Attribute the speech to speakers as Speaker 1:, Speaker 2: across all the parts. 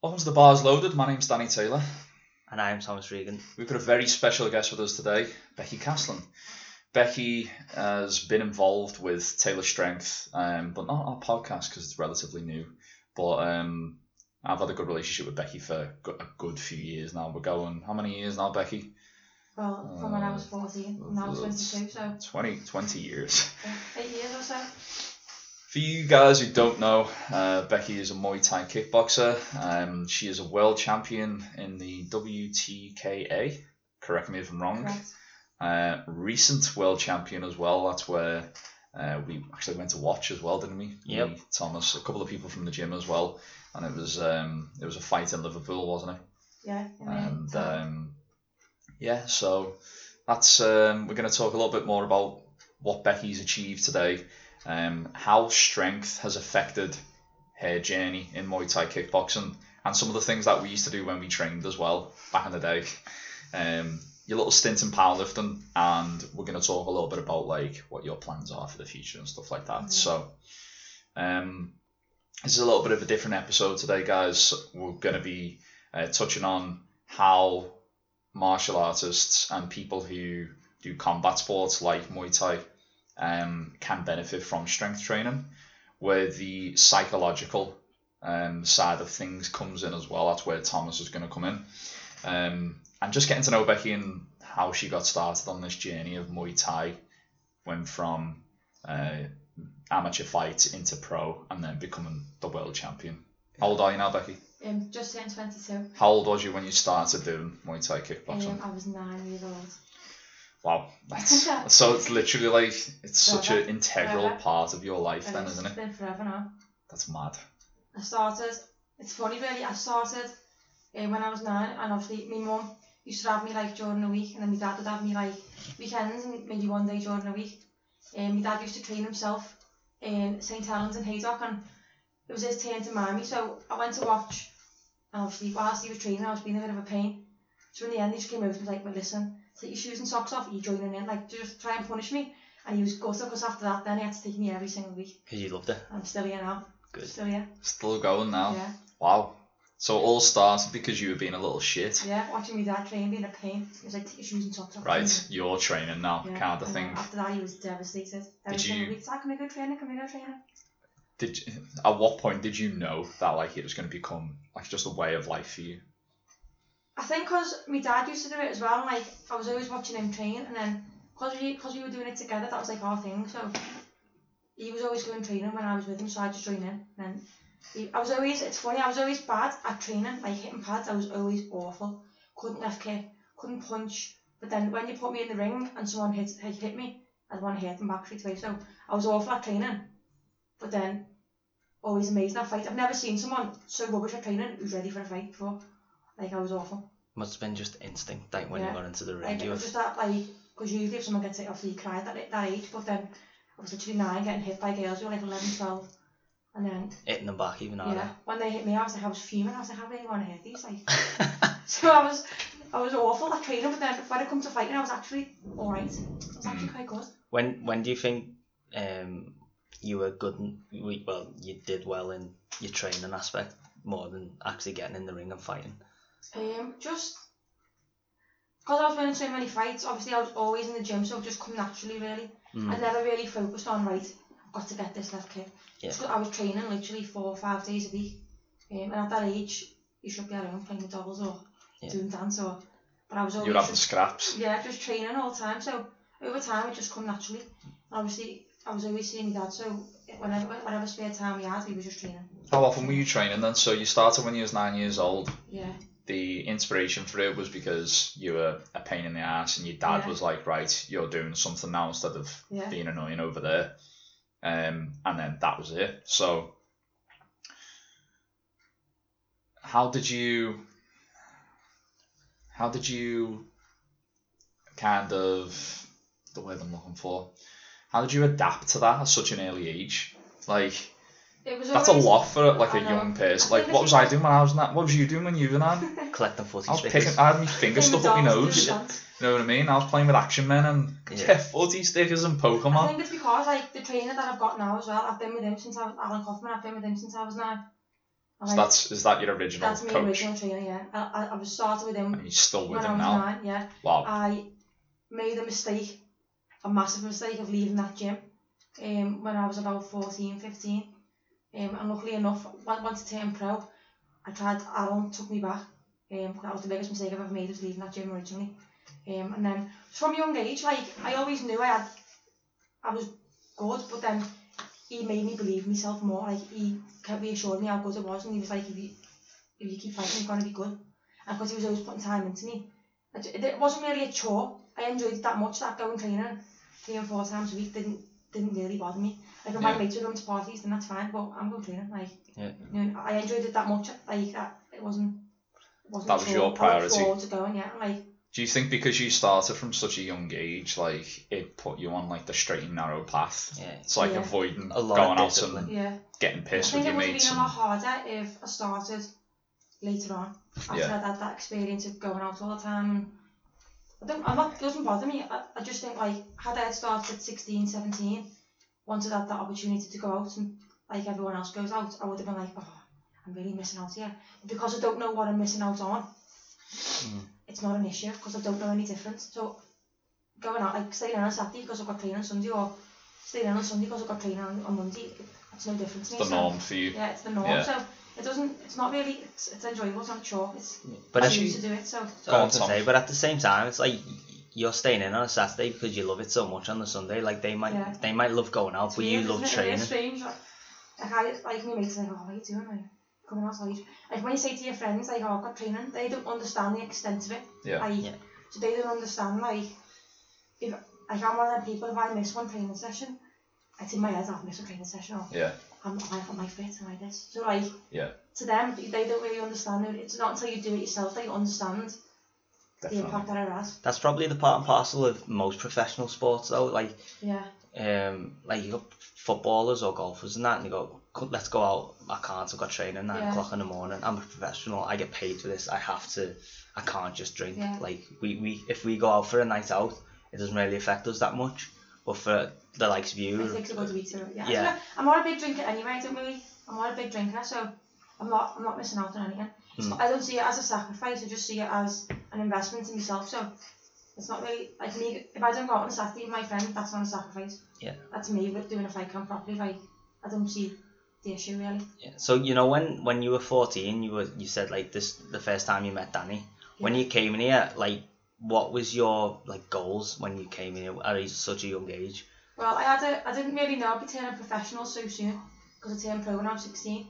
Speaker 1: Welcome to the Bars Loaded. My name's Danny Taylor.
Speaker 2: And I am Thomas Regan.
Speaker 1: We've got a very special guest with us today, Becky Castlin. Becky has been involved with Taylor Strength, um, but not our podcast because it's relatively new. But um, I've had a good relationship with Becky for go- a good few years now. We're going, how many years now, Becky?
Speaker 3: Well, from when I was 14, and now I'm
Speaker 1: Uh,
Speaker 3: 22, so
Speaker 1: 20, 20 years.
Speaker 3: uh, eight years or so.
Speaker 1: For you guys who don't know, uh, Becky is a Muay Thai kickboxer. Um, she is a world champion in the WTKA. Correct me if I'm wrong.
Speaker 3: Correct.
Speaker 1: Uh, recent world champion as well. That's where uh, we actually went to watch as well, didn't we?
Speaker 2: Yep.
Speaker 1: Me, Thomas, a couple of people from the gym as well, and it was um, it was a fight in Liverpool, wasn't it?
Speaker 3: Yeah. I mean,
Speaker 1: And
Speaker 3: so-
Speaker 1: um, yeah, so that's um, we're going to talk a little bit more about what Becky's achieved today, um, how strength has affected her journey in Muay Thai kickboxing, and some of the things that we used to do when we trained as well back in the day. Um, your little stint in powerlifting, and we're going to talk a little bit about like what your plans are for the future and stuff like that.
Speaker 3: Mhm.
Speaker 1: So, um, this is a little bit of a different episode today, guys. We're going to be uh, touching on how martial artists and people who do combat sports like Muay Thai um, can benefit from strength training, where the psychological um, side of things comes in as well. That's where Thomas is going to come in. Um, and just getting to know Becky and how she got started on this journey of Muay Thai, went from uh, amateur fight into pro and then becoming the world champion. How old are you now, Becky?
Speaker 3: um, just turned 22.
Speaker 1: How old was you when you started doing Muay Thai kickboxing?
Speaker 3: Um, I was nine years old.
Speaker 1: Wow, that's so it's literally like it's such an integral
Speaker 3: Forever.
Speaker 1: part of your life,
Speaker 3: And
Speaker 1: then,
Speaker 3: it's
Speaker 1: isn't it?
Speaker 3: been forever now.
Speaker 1: That's mad.
Speaker 3: I started, it's funny really, I started um, when I was nine, and obviously my mum used to have me like during the week, and then my dad would have me like weekends, and maybe one day during the week. Um, my dad used to clean himself in St. Helens in Haydock, and it was his turn to mime me, so I went to watch, and obviously whilst he was training, I was being a bit of a pain. So in the end, he just came over to me like, well, listen, take your shoes and socks off, are you joining in? Like, just try and punish me. And he was gutted because after that, then he had to take me every single week.
Speaker 2: Because you loved it.
Speaker 3: I'm still here now.
Speaker 2: Good.
Speaker 3: Still here.
Speaker 1: Still going now.
Speaker 3: Yeah.
Speaker 1: Wow. So it all started because you were being a little shit.
Speaker 3: Yeah, watching me dad train being a pain. It was like take your shoes and socks off.
Speaker 1: Right, you're training now,
Speaker 3: Yeah,
Speaker 1: kind of
Speaker 3: and then
Speaker 1: thing.
Speaker 3: After that, he was devastated. Every
Speaker 1: Did
Speaker 3: single
Speaker 1: you-
Speaker 3: week, "Dad, can we go training? Can we go training?
Speaker 1: Did you, at what point did you know that like it was going to become like just a way of life for you?
Speaker 3: I think because my dad used to do it as well. and, Like I was always watching him train, and then because we because we were doing it together, that was like our thing. So he was always going training when I was with him, so I just joined in. And then he, I was always it's funny I was always bad at training, like hitting pads. I was always awful. Couldn't left kick, couldn't punch. But then when you put me in the ring and someone hit hit, hit me, I'd want to hit them back straight away. So I was awful at training. But then always amazing at fight. I've never seen someone so rubbish at training who's ready for a fight before. Like I was awful.
Speaker 2: Must have been just instinct, like when
Speaker 3: Yeah.
Speaker 2: you got into the ring.
Speaker 3: Like,
Speaker 2: you
Speaker 3: it
Speaker 2: were-
Speaker 3: was just that, like, because usually if someone gets hit off, you cry at that, that age, but then I was literally nine getting hit by girls who were like 11, 12. And then,
Speaker 2: hitting them back even
Speaker 3: yeah,
Speaker 2: harder.
Speaker 3: when they hit me, I was like, I was fuming. I was like, I really want to hit these. Like, so I was, I was awful at training, but then when it comes to fighting, I was actually alright. I was actually quite good.
Speaker 2: When when do you think um you were good? In, we- well, you did well in your training aspect more than actually getting in the ring and fighting.
Speaker 3: Um, just because I was winning so many fights, obviously I was always in the gym, so it just come naturally, really.
Speaker 1: Hmm.
Speaker 3: I never really focused on right. I've got to get this left kick.
Speaker 2: Yeah.
Speaker 3: It's 'cause I was training literally four or five days a week, um, and at that age, you should be at home playing the doubles or
Speaker 2: Yeah.
Speaker 3: doing dance or. But I was always
Speaker 1: You'd have the
Speaker 3: just,
Speaker 1: scraps.
Speaker 3: yeah, just training all the time. So over time, it just come naturally. And obviously, I was always seeing my dad, so whenever whenever spare time we had, we were just training.
Speaker 1: How often were you training then? So you started when you was nine years old.
Speaker 3: Yeah,
Speaker 1: the inspiration for it was because you were a pain in the ass and your dad
Speaker 3: Yeah.
Speaker 1: was like, right, you're doing something now instead of
Speaker 3: yeah.
Speaker 1: being annoying over there. Um, and then that was it. So, how did you, how did you kind of, the word I'm looking for, how did you adapt to that at such an early age? Like,
Speaker 3: It was
Speaker 1: that's a
Speaker 3: always,
Speaker 1: lot for like
Speaker 3: I
Speaker 1: a
Speaker 3: know.
Speaker 1: young person.
Speaker 3: I
Speaker 1: Like,
Speaker 3: think
Speaker 1: what was
Speaker 3: it's-
Speaker 1: I doing when I was nine? What was you doing when you were nine?
Speaker 2: Collecting footy
Speaker 1: I was
Speaker 2: stickers.
Speaker 1: picking, I had my finger
Speaker 3: Doing
Speaker 1: stuck up my
Speaker 3: dance, doing
Speaker 1: nose. You
Speaker 3: dance.
Speaker 1: know what I mean? I was playing with Action Men and
Speaker 2: Yeah.
Speaker 1: yeah, 40 stickers and
Speaker 3: I
Speaker 1: Pokemon.
Speaker 3: think it's because like the trainer that I've got now as well. I've been with him since I was Alan Kaufman. I've been with him since I was nine, I
Speaker 1: So
Speaker 3: like-
Speaker 1: that's is that your original
Speaker 3: that's my
Speaker 1: coach?
Speaker 3: original trainer, yeah. I, I, I was started with him
Speaker 1: And he's still
Speaker 3: when
Speaker 1: with
Speaker 3: I
Speaker 1: him
Speaker 3: was
Speaker 1: now.
Speaker 3: nine, Uh, yeah.
Speaker 1: Wow.
Speaker 3: I made a mistake, a massive mistake of leaving that gym um, when I was about 14, 15. Um, and luckily enough, on- once I turned pro, I tried, Alan took me back. Um, 'cause that was the biggest mistake I've ever made, was leaving that gym originally. Um, and then from a young age, like I always knew I had, I was good, but then he made me believe myself more. Like he kept reassuring me how good I was, and he was like, if you, if you keep fighting, you're gonna be good. And because he was always putting time into me, I j- it wasn't really a chore. I enjoyed it that much that going training three and four times a week didn't didn't really bother me. Like if
Speaker 1: Yeah.
Speaker 3: my mates were going to parties, then that's fine. But I'm going training. Like
Speaker 2: Yeah.
Speaker 3: you know, I enjoyed it that much. Like that, it wasn't. it wasn't
Speaker 1: That
Speaker 3: a
Speaker 1: was
Speaker 3: chore.
Speaker 1: your
Speaker 3: I
Speaker 1: priority.
Speaker 3: looked forward to going. Yeah, like
Speaker 1: Do you think because you started from such a young age, like it put you on like the straight and narrow path?
Speaker 2: Yeah.
Speaker 1: It's like
Speaker 3: Yeah.
Speaker 1: avoiding
Speaker 2: A lot of
Speaker 1: going out
Speaker 2: discipline.
Speaker 1: and
Speaker 3: yeah.
Speaker 1: getting pissed
Speaker 3: I
Speaker 1: with your
Speaker 3: think it would have
Speaker 1: mates.
Speaker 3: been a lot
Speaker 1: And,
Speaker 3: harder if I started later on. After
Speaker 1: Yeah.
Speaker 3: I'd had that experience of going out all the time. I don't, I'm not, it doesn't bother me. I, I just think, like, had I had started at 16, 17, once I'd had that opportunity to go out and, like, everyone else goes out, I would have been like, oh, I'm really missing out here. Because I don't know what I'm missing out on,
Speaker 1: Mm.
Speaker 3: it's not an issue because I don't know any difference. So, going out, like, staying in on Saturday because I've got training on Sunday or staying in on Sunday because I've got training on, on Monday, it's no difference to me.
Speaker 1: it's the
Speaker 3: so-
Speaker 1: norm for you.
Speaker 3: yeah, it's the norm.
Speaker 1: Yeah.
Speaker 3: So it doesn't. It's not really. It's, it's enjoyable. It's not a chore. It's
Speaker 2: But
Speaker 3: I
Speaker 2: at,
Speaker 1: Actually-
Speaker 3: used to do it. So
Speaker 1: Go on,
Speaker 2: I was gonna
Speaker 1: Tom.
Speaker 2: say, but at the same time, it's like you're staying in on a Saturday because you love it so much on the Sunday. Like they might
Speaker 3: Yeah.
Speaker 2: they might love going out,
Speaker 3: it's
Speaker 2: but
Speaker 3: weird,
Speaker 2: you love
Speaker 3: isn't it? It
Speaker 2: training.
Speaker 3: is strange. Like, like I like my mates are like, oh, what are you doing? Like coming out like, like when you say to your friends like, oh, I've got training, they don't understand the extent of it.
Speaker 1: Yeah.
Speaker 3: Like,
Speaker 2: Yeah.
Speaker 3: so they don't understand like if like I'm one of them people if I miss one training session, it's in my head I've missed a training session or
Speaker 1: Yeah.
Speaker 3: I'm I got my fit and like this. So like
Speaker 1: Yeah.
Speaker 3: to them they don't really understand it. It's not until you do it yourself that you understand the
Speaker 1: Definitely.
Speaker 3: impact that it has.
Speaker 2: That's probably the part and parcel of most professional sports though. Like
Speaker 3: Yeah.
Speaker 2: um like you got footballers or golfers and that and you go "Co- let's go out I can't I've got training at nine
Speaker 3: Yeah.
Speaker 2: o'clock in the morning I'm a professional I get paid for this I have to I can't just drink
Speaker 3: Yeah.
Speaker 2: like we, we if we go out for a night out it doesn't really affect us that much but for the likes of you
Speaker 3: It takes a good week to yeah.
Speaker 2: Yeah.
Speaker 3: yeah. I'm not a big drinker anyway. I don't really. I'm not a big drinker, so I'm not. I'm not missing out on anything. It's
Speaker 2: Mm.
Speaker 3: not- I don't see it as a sacrifice. I just see it as an investment in myself. So it's not really like me. If I don't go out on a Saturday with my friend, that's not a sacrifice.
Speaker 2: Yeah.
Speaker 3: That's me with doing a fight camp properly. Like I don't see the issue really.
Speaker 2: Yeah, So you know when when you were fourteen, you were you said like this the first time you met Danny. When
Speaker 3: Yeah.
Speaker 2: you came in here, like what was your like goals when you came in here at a- such a young age?
Speaker 3: Well, I had a, I didn't really know I'd be turning professional so soon because I turned pro when I was 16.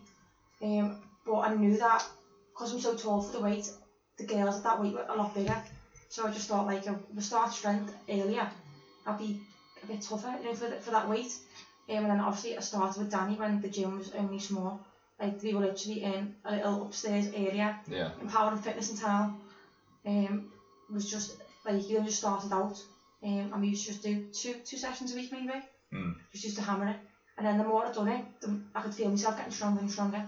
Speaker 3: Um, but I knew that because I'm so tall for the weight, the girls at that weight were a lot bigger. So I just thought like if I start strength earlier, I'd be a bit tougher, you know, for, th for that weight. Um, and then obviously I started with Danny when the gym was only small. Like we were literally in a little upstairs area
Speaker 1: Yeah.
Speaker 3: empowered and fitness in town um, was just like you know just started out um, and we used to just do two two sessions a week maybe
Speaker 1: Mm.
Speaker 3: just used to hammer it and then the more I done it the, I could feel myself getting stronger and stronger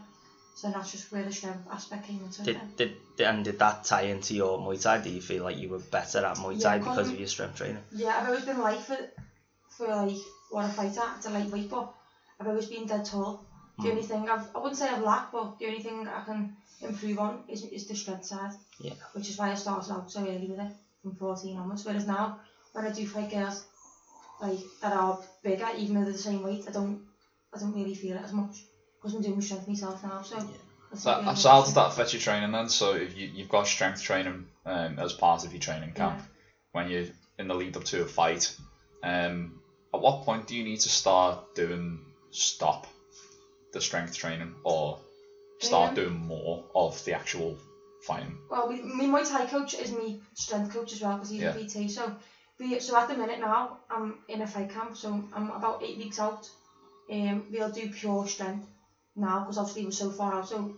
Speaker 3: so that's just where the strength aspect came into it
Speaker 2: Did, did and did that tie into your Muay Thai? Do you feel like you were better at Muay
Speaker 3: Yeah,
Speaker 2: Thai because
Speaker 3: come-
Speaker 2: of your strength training?
Speaker 3: yeah I've always been light for for like what I fight at it's a lightweight but I've always been dead tall the
Speaker 2: Mm.
Speaker 3: only thing I've I wouldn't say I've lacked but the only thing I can improve on is, is the strength side
Speaker 2: Yeah.
Speaker 3: which is why I started out so early with it from 14 onwards. Whereas now, when I do fight girls like that are bigger, even though they're the same weight, I don't, I don't really feel it as much because I'm doing my strength myself now. So
Speaker 2: Yeah.
Speaker 3: that's
Speaker 1: So
Speaker 3: not really
Speaker 1: I've
Speaker 3: an
Speaker 1: started
Speaker 3: issue.
Speaker 1: that fetcher training then, so if you, you've got strength training um, as part of your training camp when you're in the lead up to a fight. Um, at what point do you need to start doing stop the strength training or start
Speaker 3: Um,
Speaker 1: doing more of the actual fighting?
Speaker 3: Well, we, my Muay Thai coach is my strength coach as well because he's
Speaker 1: Yeah.
Speaker 3: a PT. So, we, so at the minute now, I'm in a fight camp, so I'm about eight weeks out. Um, we'll do pure strength now because obviously we're so far out. So,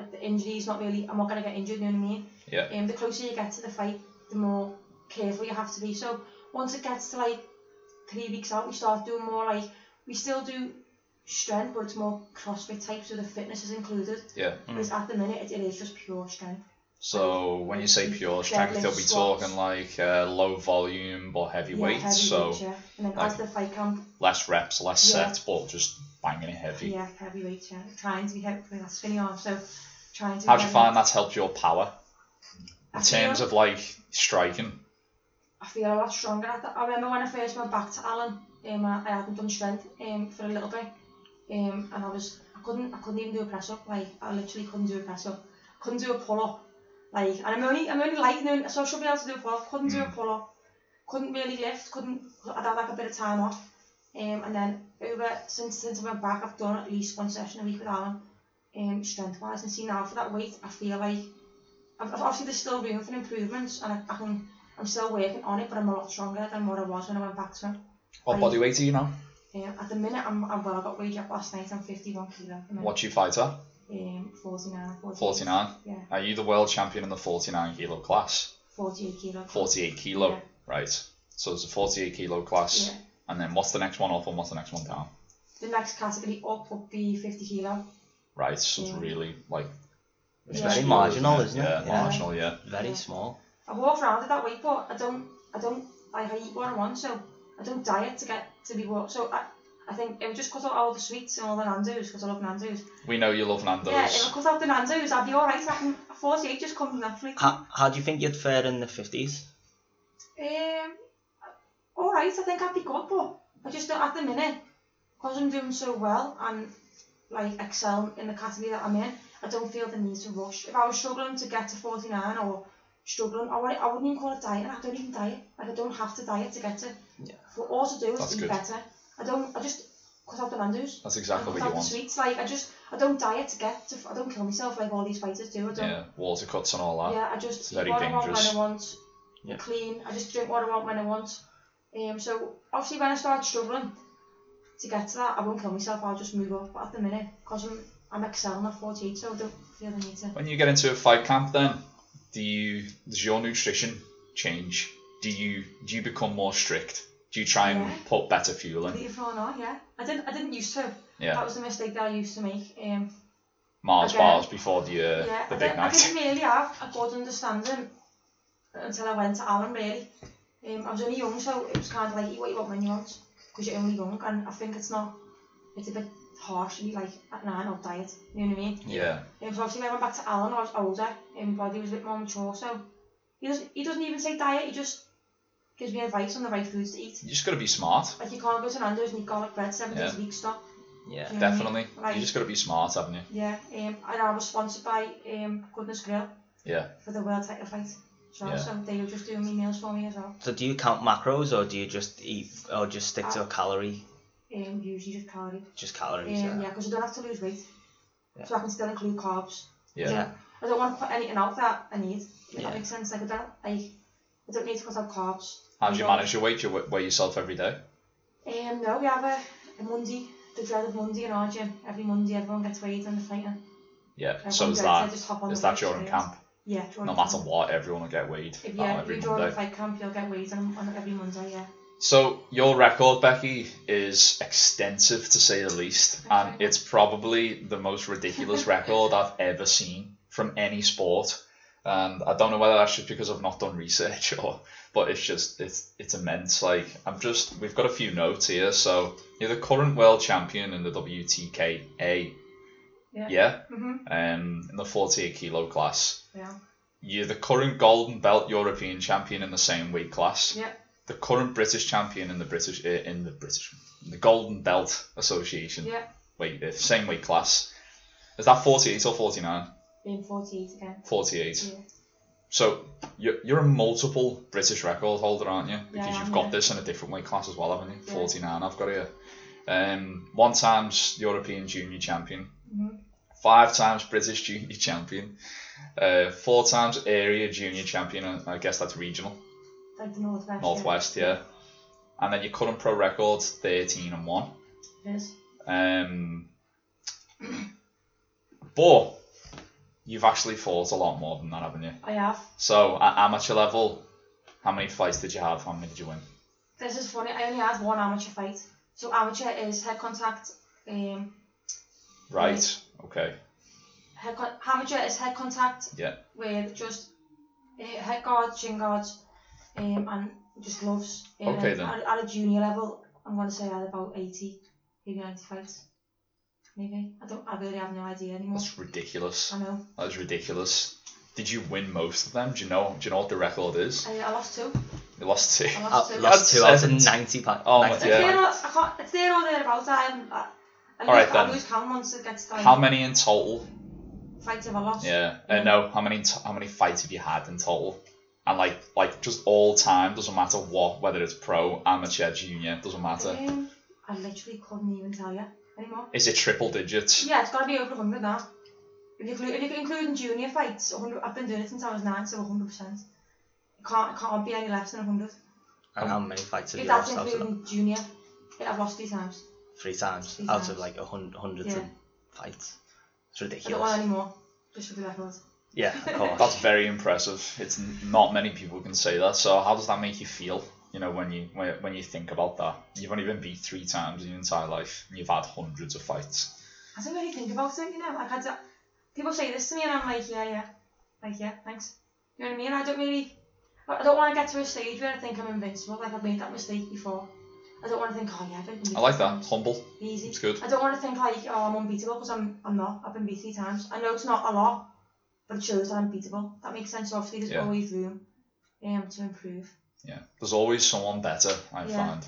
Speaker 3: uh, the injury is not really. I'm not gonna get injured. You know what I mean?
Speaker 1: Yeah.
Speaker 3: Um, the closer you get to the fight, the more careful you have to be. So once it gets to like three weeks out, we start doing more like we still do strength, but it's more CrossFit type, so the fitness is included.
Speaker 1: Yeah.
Speaker 3: Whereas at the minute, it, it is just pure strength.
Speaker 1: So when you say pure strength,
Speaker 3: Mm-hmm. Deadlift,
Speaker 1: you'll be
Speaker 3: squats.
Speaker 1: talking like uh, low volume but heavy weights,
Speaker 3: heavy
Speaker 1: so
Speaker 3: weights, yeah. and then
Speaker 1: like-
Speaker 3: as the fight camp,
Speaker 1: less reps, less
Speaker 3: Yeah.
Speaker 1: sets, but just banging it heavy.
Speaker 3: Yeah, heavyweight, yeah. Trying to be heavy with that skinny arm, so trying to.
Speaker 1: How do you find that's helped your power in terms of like striking?
Speaker 3: I feel a lot stronger. at that. I remember when I first went back to Alan, um, I, I hadn't done strength um, for a little bit, um, and I was I couldn't I couldn't even do a press up. Like I literally couldn't do a press up. Couldn't do a pull up. Like and I'm only I'm only light now, so I should be able to do a pull up. Couldn't do a
Speaker 1: Mm.
Speaker 3: pull up. Couldn't really lift. Couldn't. I'd had like a bit of time off. Um, and then over since since I went back, I've done at least one session a week with Alan, um, strength wise. And see now for that weight, I feel like I've, I've- obviously there's still room for improvements, and I, I can I'm still working on it, but I'm a lot stronger than what I was when I went back to it.
Speaker 1: What
Speaker 3: I-
Speaker 1: body weight are you now?
Speaker 3: Um, at the minute, I'm, I'm well, I got weighed up last night, I'm 51 kilo. at the minute.
Speaker 1: What do you fight at?
Speaker 3: Um, 49, 48,
Speaker 1: 49.
Speaker 3: Yeah.
Speaker 1: Are you the world champion in the 49 kilo class?
Speaker 3: 48 kilo.
Speaker 1: 48 kilo,
Speaker 3: Yeah.
Speaker 1: right? So it's a 48 kilo class.
Speaker 3: Yeah.
Speaker 1: And then what's the next one up and what's the next one down?
Speaker 3: The next category up would be 50 kilo.
Speaker 1: Right, so it's
Speaker 3: Yeah.
Speaker 1: really like.
Speaker 3: It's
Speaker 2: very
Speaker 1: small,
Speaker 2: marginal, isn't it?
Speaker 1: Yeah,
Speaker 2: Yeah.
Speaker 1: marginal, yeah.
Speaker 2: Very
Speaker 3: Yeah.
Speaker 2: small.
Speaker 3: I walk around at that weight, but I don't, I don't, like, I eat what I want, so I don't diet to get to be what. So I, I think it was just cut out all the sweets and all the Nando's, because I love Nando's.
Speaker 1: We know you love Nando's.
Speaker 3: Yeah, if I cut out the Nando's, I'd be alright. I can, 48 just comes naturally.
Speaker 2: How, how do you think you'd fare in the 50s?
Speaker 3: Um, all right, I think I'd be good, but I just don't at the minute because I'm doing so well and like excel in the category that I'm in. I don't feel the need to rush. If I was struggling to get to 49 or struggling, I, would, I wouldn't even call it dieting. I don't even diet. Like I don't have to diet to get to.
Speaker 2: Yeah.
Speaker 3: But all to do is
Speaker 1: That's
Speaker 3: eat
Speaker 1: good.
Speaker 3: better. I don't. I just cut out the Nando's.
Speaker 1: That's
Speaker 3: I
Speaker 1: exactly
Speaker 3: cut
Speaker 1: what you
Speaker 3: out the
Speaker 1: want.
Speaker 3: sweets. Like I just, I don't diet to get to. I don't kill myself like all these fighters do. I don't.
Speaker 1: Yeah, water cuts and all that.
Speaker 3: Yeah, I just
Speaker 1: It's
Speaker 3: eat
Speaker 1: very
Speaker 3: what I want when
Speaker 1: dangerous.
Speaker 3: I want.
Speaker 2: Yeah.
Speaker 3: Clean. I just drink what I want when I want. Um, so obviously when I start struggling to get to that, I won't kill myself. I'll just move up. But at the minute, because I'm I'm excelling at 48, so I don't feel the need to.
Speaker 1: When you get into a fight camp, then do you does your nutrition change? Do you do you become more strict? Do you try and
Speaker 3: Yeah.
Speaker 1: put better fuel in?
Speaker 3: Leave it on, yeah. I didn't I didn't used to.
Speaker 1: Yeah,
Speaker 3: That was the mistake that I used to make. Um,
Speaker 1: Mars
Speaker 3: okay.
Speaker 1: bars before the uh,
Speaker 3: yeah,
Speaker 1: the big
Speaker 3: I, didn't, I
Speaker 1: night.
Speaker 3: didn't really have a good understanding until I went to Alan really. Um, I was only young, so it was kind of like eat what you want when you want, because you're only young, and I think it's not, it's a bit harsh to be like at nine on diet. You know what I mean?
Speaker 1: Yeah,
Speaker 3: Um, so obviously when I went back to Alan, I was older, and my body was a bit more mature, so he doesn't he doesn't even say diet. He just gives me advice on the right foods to eat.
Speaker 1: you just gotta be smart.
Speaker 3: Like you can't go to Nando's and eat garlic bread seven days
Speaker 1: Yeah.
Speaker 3: a week. Stop.
Speaker 2: Yeah.
Speaker 3: Do you know what I mean?
Speaker 1: Definitely,
Speaker 3: Like-
Speaker 1: you just gotta be smart, haven't you?
Speaker 3: Yeah, um, and I was sponsored by um, Goodness Grill.
Speaker 1: Yeah.
Speaker 3: For the world title fight. as well,
Speaker 1: Yeah.
Speaker 3: So they were just doing me meals for me as well.
Speaker 2: So do you count macros or do you just eat or just stick to a calorie?
Speaker 3: Um, usually just calories.
Speaker 2: Just
Speaker 3: Um,
Speaker 2: calories.
Speaker 3: Uh, yeah, because I don't have to lose weight.
Speaker 2: Yeah.
Speaker 3: So I can still include carbs.
Speaker 1: Yeah.
Speaker 2: Yeah.
Speaker 3: I don't want to put anything out that I need. If
Speaker 2: Yeah.
Speaker 3: that makes sense. Like I don't like I don't need to cut out carbs.
Speaker 1: How do you
Speaker 3: Yeah.
Speaker 1: manage your weight? Do you we- weigh yourself every day?
Speaker 3: Um, no, we have a, a Monday, the dread of Monday in our gym. Every Monday everyone gets weighed and they're fighting.
Speaker 1: Yeah.
Speaker 3: Everyone
Speaker 1: So is
Speaker 3: goes,
Speaker 1: that
Speaker 3: they just hop on
Speaker 1: is
Speaker 3: the
Speaker 1: that
Speaker 3: weights
Speaker 1: your own
Speaker 3: and-
Speaker 1: camp?
Speaker 3: Yeah, during
Speaker 1: No
Speaker 3: the
Speaker 1: matter
Speaker 3: camp.
Speaker 1: what, everyone will get weighed.
Speaker 3: If,
Speaker 1: that
Speaker 3: yeah, if
Speaker 1: every
Speaker 3: you join
Speaker 1: Monday.
Speaker 3: the fight camp, you'll get weighed on, on every Monday, yeah.
Speaker 1: So your record, Becky, is extensive to say the least, and
Speaker 3: Okay.
Speaker 1: it's probably the most ridiculous record I've ever seen from any sport. And I don't know whether that's just because I've not done research or, but it's just it's it's immense. Like I'm just we've got a few notes here. So you're the current world champion in the WTKA.
Speaker 3: Yeah.
Speaker 1: Yeah.
Speaker 3: hmm
Speaker 1: Um, in the 48 kilo class.
Speaker 3: Yeah.
Speaker 1: You're the current golden belt European champion in the same weight class
Speaker 3: Yeah.
Speaker 1: the current British champion in the British uh, in the British the Golden Belt Association
Speaker 3: Yeah.
Speaker 1: weight uh, same weight class. Is that 48 or 49?
Speaker 3: Being 48 again.
Speaker 1: 48.
Speaker 3: Yeah.
Speaker 1: So you're, you're a multiple British record holder, aren't you? Because
Speaker 3: Yeah,
Speaker 1: you've
Speaker 3: I'm,
Speaker 1: got
Speaker 3: yeah.
Speaker 1: this in a different weight class as well, haven't you?
Speaker 3: Yeah.
Speaker 1: 49 I've got here. Um, one times European Junior Champion,
Speaker 3: hmm
Speaker 1: five times British Junior Champion, uh, four times Area Junior Champion, and I guess that's regional.
Speaker 3: Like the Northwest.
Speaker 1: Northwest, yeah. And then your current pro record's 13 and 1.
Speaker 3: Yeah. It is.
Speaker 1: Um, but you've actually fought a lot more than that, haven't you?
Speaker 3: I have.
Speaker 1: So at amateur level, how many fights did you have? How many did you win?
Speaker 3: This is funny. I only had one amateur fight. So amateur is head contact. Um,
Speaker 1: Right. Okay.
Speaker 3: head con- amateur is head contact.
Speaker 1: Yeah.
Speaker 3: With just uh, head guards, shin guards, um, and just gloves. Um,
Speaker 1: Okay then.
Speaker 3: At, at a junior level, I'm gonna say I had about 80, maybe 90 fights. Maybe. I don't. I really have no idea anymore.
Speaker 1: That's ridiculous.
Speaker 3: I know.
Speaker 1: That is ridiculous. Did you win most of them? Do you know? Do you know what the record is?
Speaker 3: I, I lost two.
Speaker 1: You Uh, lost two.
Speaker 3: I lost
Speaker 2: I
Speaker 3: two.
Speaker 2: lost two out of
Speaker 1: That's-
Speaker 2: 90 pa-
Speaker 1: Oh my
Speaker 2: 90
Speaker 3: It's
Speaker 1: Yeah.
Speaker 3: there or,
Speaker 2: points.
Speaker 3: I can't, it's there or thereabouts. I haven't. I, I
Speaker 1: All right
Speaker 3: lose, I
Speaker 1: then.
Speaker 3: lose count once it gets done.
Speaker 1: How many in total?
Speaker 3: Fights have I lost?
Speaker 1: Yeah. Uh, no. How many? T- how many fights have you had in total? And like, like just all time doesn't matter what, whether it's pro, amateur, junior, doesn't matter.
Speaker 3: Um, I literally couldn't even tell you anymore.
Speaker 1: Is it triple digits?
Speaker 3: Yeah, it's got to be over 100 now. If you, include, if you including junior fights, 100, I've been doing it since I was 9, so 100%. Can't, can't be any less than 100.
Speaker 2: And how many fights have
Speaker 3: If
Speaker 2: you
Speaker 3: that's
Speaker 2: lost out of that?
Speaker 3: including junior, yeah, I've lost three times.
Speaker 2: Three times.
Speaker 3: Three
Speaker 2: Out of
Speaker 3: times.
Speaker 2: like a hun- hundreds
Speaker 3: Yeah.
Speaker 2: of fights. It's
Speaker 3: I don't want
Speaker 2: ridiculous.
Speaker 3: any more, just for the record.
Speaker 2: Yeah, of course.
Speaker 1: That's very impressive. It's n- not many people can say that. So how does that make you feel? You know, when you when, when you think about that, you've only been beat three times in your entire life, and you've had hundreds of fights.
Speaker 3: I don't really think about it, you know. Like, I d- people say this to me, and I'm like, yeah, yeah. Like, yeah, thanks. You know what I mean? I don't really. I I don't want to get to a stage where I think I'm invincible. Like, I've made that mistake before. I don't want to think, oh, yeah, I've been beat
Speaker 1: I like
Speaker 3: three
Speaker 1: that.
Speaker 3: times.
Speaker 1: Humble.
Speaker 3: Easy.
Speaker 1: It's good.
Speaker 3: I don't want to think like, oh, I'm unbeatable because I'm, I'm not. I've been beat three times. I know it's not a lot, but it shows that I'm beatable. That makes sense. Obviously, there's
Speaker 1: Yeah.
Speaker 3: always room um, to improve.
Speaker 1: Yeah. There's always someone better. I
Speaker 3: Yeah.
Speaker 1: find.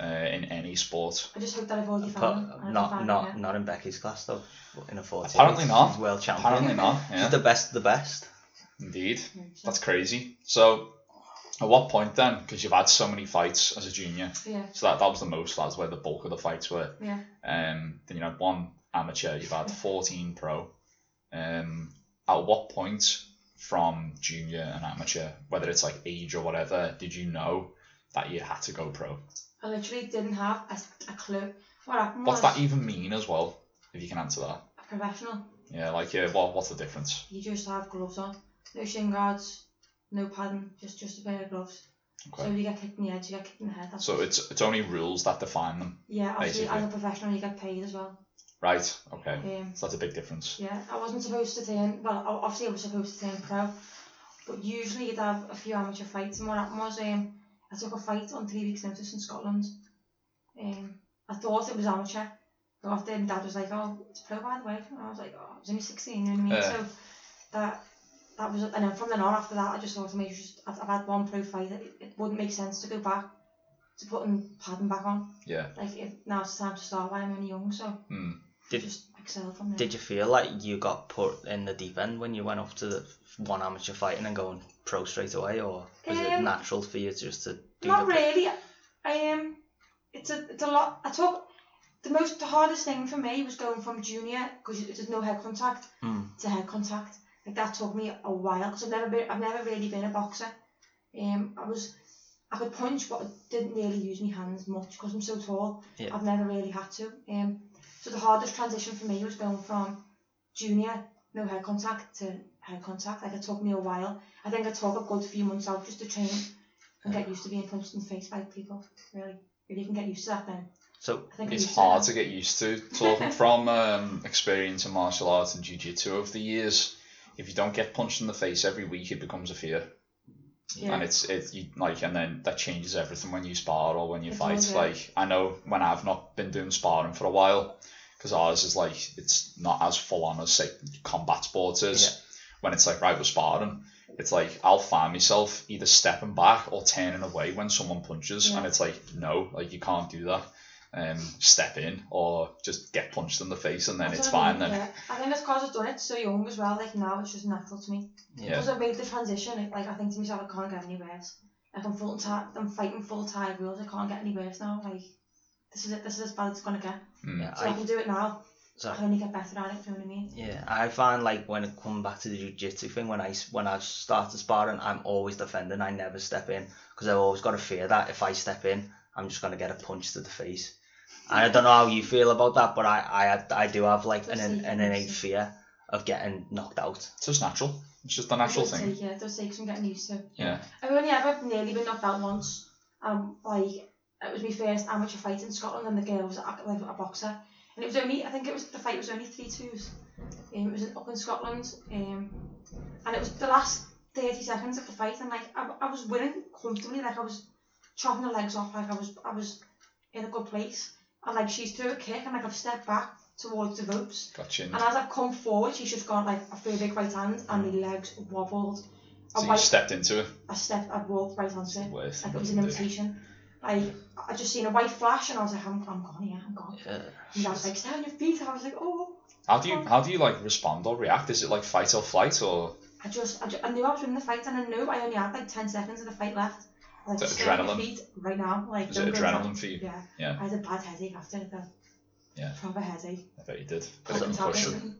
Speaker 1: Uh, in any sport,
Speaker 3: I just hope that I've already found them.
Speaker 2: But
Speaker 3: and I haven't
Speaker 2: not
Speaker 3: found
Speaker 2: not
Speaker 3: them yet.
Speaker 2: not in Becky's class though. In a forty.
Speaker 1: Apparently not.
Speaker 2: She's world champion.
Speaker 1: apparently not.
Speaker 2: She's
Speaker 1: Yeah,
Speaker 2: the best. of The best.
Speaker 1: indeed.
Speaker 3: Mm, so-
Speaker 1: That's crazy. So, at what point then? Because you've had so many fights as a junior,
Speaker 3: Yeah,
Speaker 1: so that, that was the most. That's where the bulk of the fights were.
Speaker 3: yeah.
Speaker 1: Um, then you had one amateur. You've had fourteen pro. Um, at what point from junior and amateur, whether it's like age or whatever, did you know that you had to go pro?
Speaker 3: I literally didn't have a, s- a clue. What happened
Speaker 1: What's
Speaker 3: was
Speaker 1: that e- even mean as well? If you can answer that.
Speaker 3: a professional.
Speaker 1: Yeah, like yeah, what what's the difference?
Speaker 3: You just have gloves on, no shin guards, no padding, just just a pair of gloves. So
Speaker 1: Okay.
Speaker 3: if you get kicked in the head, you get kicked in the head. That's
Speaker 1: So it's it's only rules that define them,
Speaker 3: yeah. Obviously,
Speaker 1: basically-
Speaker 3: as a professional, you get paid as well.
Speaker 1: right? Okay.
Speaker 3: Um,
Speaker 1: So that's a big difference.
Speaker 3: Yeah, I wasn't supposed to turn. Well, o- obviously I was supposed to turn pro, but usually you'd have a few amateur fights. And what happened was, um, I took a fight on three weeks' notice in Scotland. Um, I thought it was amateur. Go off there, and Dad was like, "Oh, it's pro by the way." And I was like, "Oh, I was only 16, you know what I mean?"
Speaker 1: Yeah.
Speaker 3: So that that was, and then from then on after that, I just thought to make sure I've, I've had one pro fight. It, it wouldn't make sense to go back to putting padding back on.
Speaker 1: Yeah.
Speaker 3: Like if now it's time to start while I'm only young, so
Speaker 1: Hmm.
Speaker 3: I
Speaker 2: Did-
Speaker 3: just excel from there.
Speaker 2: Did you feel like you got put in the deep end when you went off to the one amateur fight and then going pro straight away, or was it
Speaker 3: Um,
Speaker 2: natural for you just to do
Speaker 3: Not
Speaker 2: the?
Speaker 3: really. I um, it's a it's a lot. I took the most the hardest thing for me was going from junior because there's no head contact
Speaker 1: Hmm.
Speaker 2: Mm.
Speaker 3: to head contact. Like that took me a while because I've never been I've never really been a boxer. Um, I was I could punch but I didn't really use my hands much because I'm so tall.
Speaker 2: Yeah.
Speaker 3: I've never really had to. Um, so the hardest transition for me was going from junior no head contact to head contact. Like it took me a while. I think I took a good few months out just to train and get used to being punched in the face by people. Really, if you can get used to that, then
Speaker 2: So
Speaker 3: I think I'm
Speaker 1: It's
Speaker 3: used
Speaker 1: hard
Speaker 3: To
Speaker 1: to get used to. Talking from um, experience in martial arts and jiu-jitsu over the years, if you don't get punched in the face every week, it becomes a fear,
Speaker 3: that. yeah.
Speaker 1: and it's it you, like and then that changes everything when you spar or when you
Speaker 3: It
Speaker 1: fight.
Speaker 3: does, yeah.
Speaker 1: Like I know when I've not been doing sparring for a while, because ours is like it's not as full on as say combat sports is.
Speaker 2: Yeah.
Speaker 1: When it's like right, we're sparring. It's like I'll find myself either stepping back or turning away when someone punches,
Speaker 3: Yeah.
Speaker 1: and it's like no, like you can't do that um, step in or just get punched in the face and then
Speaker 3: That's
Speaker 1: it's
Speaker 3: what I
Speaker 1: fine
Speaker 3: mean,
Speaker 1: then.
Speaker 3: Yeah. I think it's because I've done it so young as well. Like now, it's just natural to me.
Speaker 1: Yeah.
Speaker 3: Because I've made the transition, it- like I think to myself, I can't get any worse. Like I'm full time, I'm fighting full time rules. I can't get any worse now. Like this is it. This is as bad as it's gonna get.
Speaker 1: Mm.
Speaker 2: yeah,
Speaker 3: So I,
Speaker 2: I,
Speaker 3: can do it now.
Speaker 2: so
Speaker 3: I only get better at it. Do you know what I mean?
Speaker 2: Yeah, I find like when it come back to the jiu-jitsu thing, when I s- when I start to sparring, I'm always defending. I never step in because I've always got to fear that if I step in, I'm just gonna get a punch to the face. And I don't know how you feel about that, but I I, I do have like an an an innate fear of getting knocked out.
Speaker 1: It's just natural. It's just a natural
Speaker 3: it does
Speaker 1: thing.
Speaker 3: Take, yeah, it does take some getting used to.
Speaker 1: Yeah.
Speaker 3: I've only ever nearly been knocked out once. Um, like it was my first amateur fight in Scotland, and the girl was a, like a boxer, and it was only I think it was the fight was only three twos. Um, it was up in Scotland, um, and it was the last thirty seconds of the fight, and like I, I was winning comfortably, like I was chopping the legs off, like I was I was in a good place, and like she's threw a kick, and like I've stepped back, towards the ropes.
Speaker 1: Got you.
Speaker 3: And as I've come forward, she's just gone like a fair big right hand and my legs wobbled. I,
Speaker 1: So you
Speaker 3: wiped-
Speaker 1: stepped into it.
Speaker 3: I stepped, I walked right onto it.
Speaker 1: Worth.
Speaker 3: Like it was an imitation. Like I just seen a white flash and I was like, I'm, I'm gone, yeah, I'm gone.
Speaker 2: Yeah.
Speaker 3: And I was like, stay on your feet. I was like, oh.
Speaker 1: How do you how do you like respond or react? Is it like fight or flight or
Speaker 3: I just, I, ju- I knew I was winning the fight and I knew I only had like 10 seconds of the fight left. I was Like,
Speaker 1: Is it
Speaker 3: stay on your
Speaker 1: adrenaline?
Speaker 3: feet right now. Like,
Speaker 1: is it
Speaker 3: don't go down.
Speaker 1: adrenaline for you?
Speaker 3: Yeah.
Speaker 1: Yeah.
Speaker 3: I had a bad headache after that.
Speaker 1: Yeah.
Speaker 3: Proper headache.
Speaker 1: I bet you did. Bit of
Speaker 3: Proper
Speaker 1: concussion.
Speaker 3: tablet.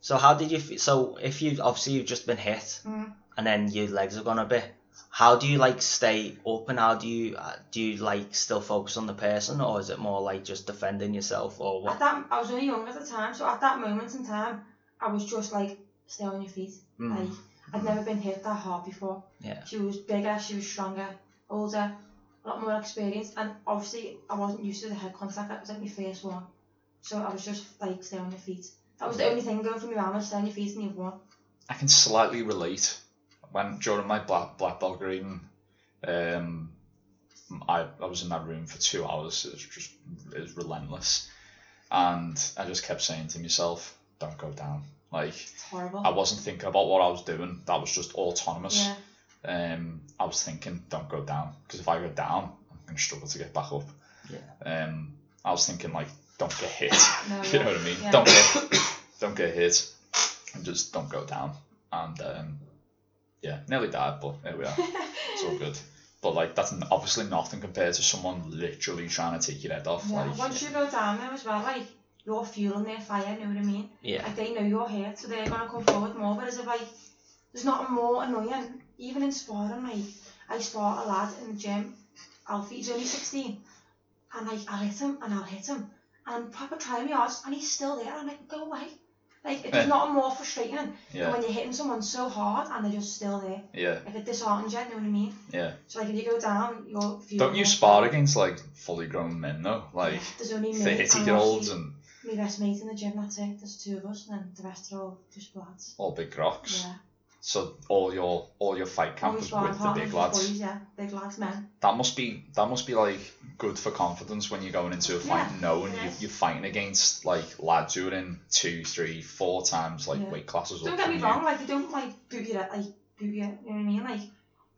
Speaker 2: So how did you feel? So if you obviously you've just been hit
Speaker 3: Mm.
Speaker 2: and then your legs have gone a bit. How do you like stay open? How do you uh, do you like still focus on the person, or is it more like just defending yourself, or
Speaker 3: At
Speaker 2: what?
Speaker 3: that, I was only young at the time, so at that moment in time, I was just like, stay on your feet.
Speaker 2: Mm.
Speaker 3: Like, I'd never been hit that hard before.
Speaker 2: Yeah.
Speaker 3: She was bigger, she was stronger, older, a lot more experienced, and obviously I wasn't used to the head contact. That was like my first one, so I was just like stay on your feet. That was the only thing going for me around was stay on your feet and you've won.
Speaker 1: I can slightly relate. When during my black black belt grading, um, I, I was in that room for two hours. It was just it was relentless, and I just kept saying to myself, "Don't go down." Like
Speaker 3: It's horrible.
Speaker 1: I wasn't thinking about what I was doing. That was just autonomous.
Speaker 3: yeah,
Speaker 1: Um, I was thinking, "Don't go down," because if I go down, I'm gonna struggle to get back up. Yeah. Um, I was thinking like, "Don't get hit."
Speaker 3: no,
Speaker 1: you
Speaker 3: yeah.
Speaker 1: know what I mean?
Speaker 3: Yeah.
Speaker 1: Don't get don't get hit. And just don't go down. And um, yeah, nearly died, but here we are. it's all good. But like that's n- obviously nothing compared to someone literally trying to take your head off.
Speaker 3: Yeah,
Speaker 1: Like
Speaker 3: Once you go down there as well, like you're fueling their fire. You know what I mean?
Speaker 2: Yeah.
Speaker 3: Like they know you're here, so they're gonna come forward more. Whereas if like there's nothing more annoying, even in sparring, like I spar a lad in the gym, Alfie, he's only 16, and like I'll hit him and I'll hit him and I'm proper trying my odds, and he's still there. I'm like, go away. Like it's
Speaker 1: Yeah.
Speaker 3: not more frustrating than
Speaker 1: yeah,
Speaker 3: when you're hitting someone so hard and they're just still there.
Speaker 1: yeah,
Speaker 3: Like it disheartens you. You know what I mean?
Speaker 1: yeah.
Speaker 3: So like if you go down, you're fueling.
Speaker 1: Don't you
Speaker 3: their
Speaker 1: spar
Speaker 3: fire.
Speaker 1: against like fully grown men though? Like
Speaker 3: There's only me and
Speaker 1: thirty year olds
Speaker 3: Alfie.
Speaker 1: and
Speaker 3: My best mate in the gym, that's it. There's two of us, and then the rest are all just lads.
Speaker 1: all big rocks.
Speaker 3: Yeah.
Speaker 1: So all your all your fight camp
Speaker 3: Always
Speaker 1: was
Speaker 3: one
Speaker 1: with the
Speaker 3: partner
Speaker 1: big
Speaker 3: for
Speaker 1: lads.
Speaker 3: Boys, yeah, big lads, men.
Speaker 1: that must be that must be like good for confidence when you're going into a fight
Speaker 3: Yeah,
Speaker 1: knowing
Speaker 3: yeah.
Speaker 1: you, you're fighting against like lads who are in two, three, four times like
Speaker 3: Yeah.
Speaker 1: weight classes.
Speaker 3: Don't
Speaker 1: up
Speaker 3: get
Speaker 1: from
Speaker 3: me
Speaker 1: you.
Speaker 3: wrong, like, they don't, like, boot you, like, boot you, you know what I mean? Like,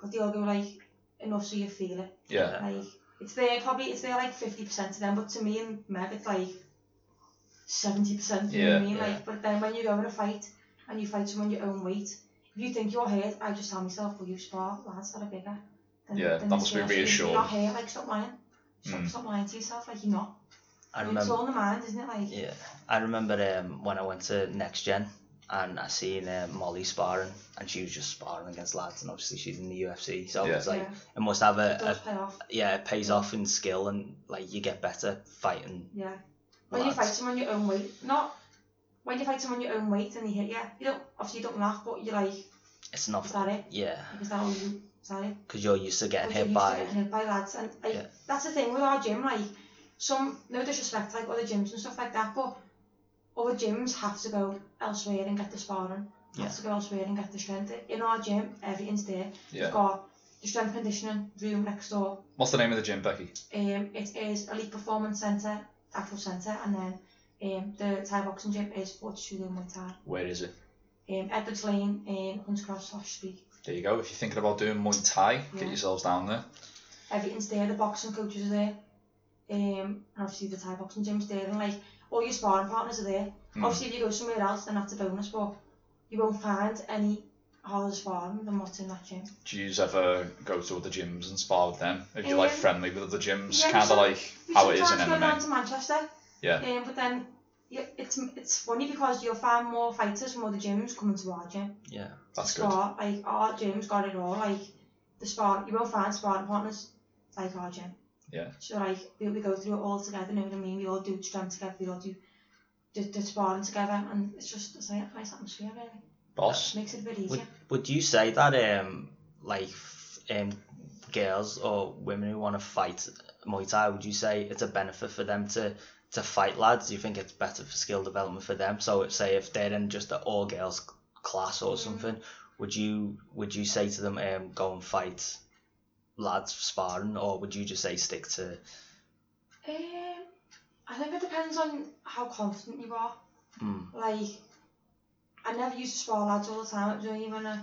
Speaker 3: but they all go, like, enough so you feel it.
Speaker 1: Yeah,
Speaker 3: Like, it's there, probably, it's there, like, 50% to them, but to me and Meg, it's, like, 70%, you know what I
Speaker 1: Yeah,
Speaker 3: mean?
Speaker 2: yeah.
Speaker 3: Like, but then when you go in a fight, and you fight someone your own weight, if you think you're hurt, I just tell myself, well, you spar, lads that are bigger. than-
Speaker 1: Yeah,
Speaker 3: than
Speaker 1: that must
Speaker 3: this
Speaker 1: be
Speaker 3: person. If
Speaker 1: reassuring.
Speaker 3: You're not hurt, like, stop lying. Stop,
Speaker 1: Mm.
Speaker 3: stop lying to yourself, like, you're not.
Speaker 2: I
Speaker 3: It's
Speaker 2: remember.
Speaker 3: all in the mind, isn't it? Like,
Speaker 2: Yeah, I remember um, when I went to Next Gen and I seen uh, Molly sparring, and she was just sparring against lads, and obviously she's in the UFC, so
Speaker 1: Yeah.
Speaker 2: it's like
Speaker 3: yeah,
Speaker 2: it must have
Speaker 3: it
Speaker 2: a,
Speaker 3: does pay off.
Speaker 2: a yeah, it pays off in skill and like you get better fighting.
Speaker 3: Yeah. When you
Speaker 2: lads.
Speaker 3: fight someone your own weight, not when you fight someone your own weight and they hit you, you don't obviously you don't laugh, but you're like, "Oh, is
Speaker 2: it's not
Speaker 3: that it?
Speaker 2: yeah,
Speaker 3: Like, is that all oh, you? Is that it?
Speaker 2: because you're used to getting
Speaker 3: Like, you're
Speaker 2: hit
Speaker 3: used to
Speaker 2: by
Speaker 3: getting hit by lads, and like
Speaker 2: Yeah.
Speaker 3: that's the thing with our gym. Like some no disrespect, to, like other gyms and stuff like that, but other gyms have to go elsewhere and get the sparring.
Speaker 2: Yeah.
Speaker 3: Have to go elsewhere and get the strength. In our gym, everything's there.
Speaker 1: yeah.
Speaker 3: We've got the strength conditioning room next door.
Speaker 1: What's the name of the gym, Becky?
Speaker 3: Um, it is Elite Performance Centre, Actual Centre, and then um, the Thai boxing gym is Fortitude in Muay Thai.
Speaker 1: Where is it?
Speaker 3: Um, Edwards Lane in Hunts Cross, Slash Street.
Speaker 1: There you go. If you're thinking about doing Muay Thai,
Speaker 3: Yeah.
Speaker 1: get yourselves down there.
Speaker 3: Everything's there, the boxing coaches are there, um, and obviously the Thai boxing gym's there, and like all your sparring partners are there.
Speaker 1: Mm.
Speaker 3: Obviously, if you go somewhere else, then that's a bonus, but you won't find any harder sparring than what's in that gym.
Speaker 1: Do you ever go to other gyms and spar with them? If you're like
Speaker 3: Um,
Speaker 1: friendly with other gyms,
Speaker 3: yeah, we
Speaker 1: kind of
Speaker 3: some-
Speaker 1: like
Speaker 3: We
Speaker 1: how it is in
Speaker 3: sometimes go down
Speaker 1: MMA.
Speaker 3: to Manchester.
Speaker 1: Yeah.
Speaker 3: Um, but then yeah, it's it's funny because you'll find more fighters from other gyms coming to our gym.
Speaker 2: yeah.
Speaker 1: That's good.
Speaker 3: Spar, like our gym's got it all. Like the spar, you won't find sparring partners like our gym.
Speaker 1: Yeah.
Speaker 3: So like we, we go through it all together. You know what I mean? We all do strength together. We all do the, the sparring together, and it's just it's like a nice atmosphere. Really
Speaker 1: Boss.
Speaker 3: makes it a bit easier.
Speaker 2: Would would you say that um like f- um girls or women who want to fight Muay Thai would you say it's a benefit for them to to fight lads? Do you think it's better for skill development for them? So say if they're in just an all girls c- class or
Speaker 3: Mm.
Speaker 2: something, would you would you say to them um go and fight lads for sparring or would you just say stick to
Speaker 3: Um, I think it depends on how confident you are.
Speaker 2: Mm.
Speaker 3: Like, I never used to spar lads all the time. It was only when I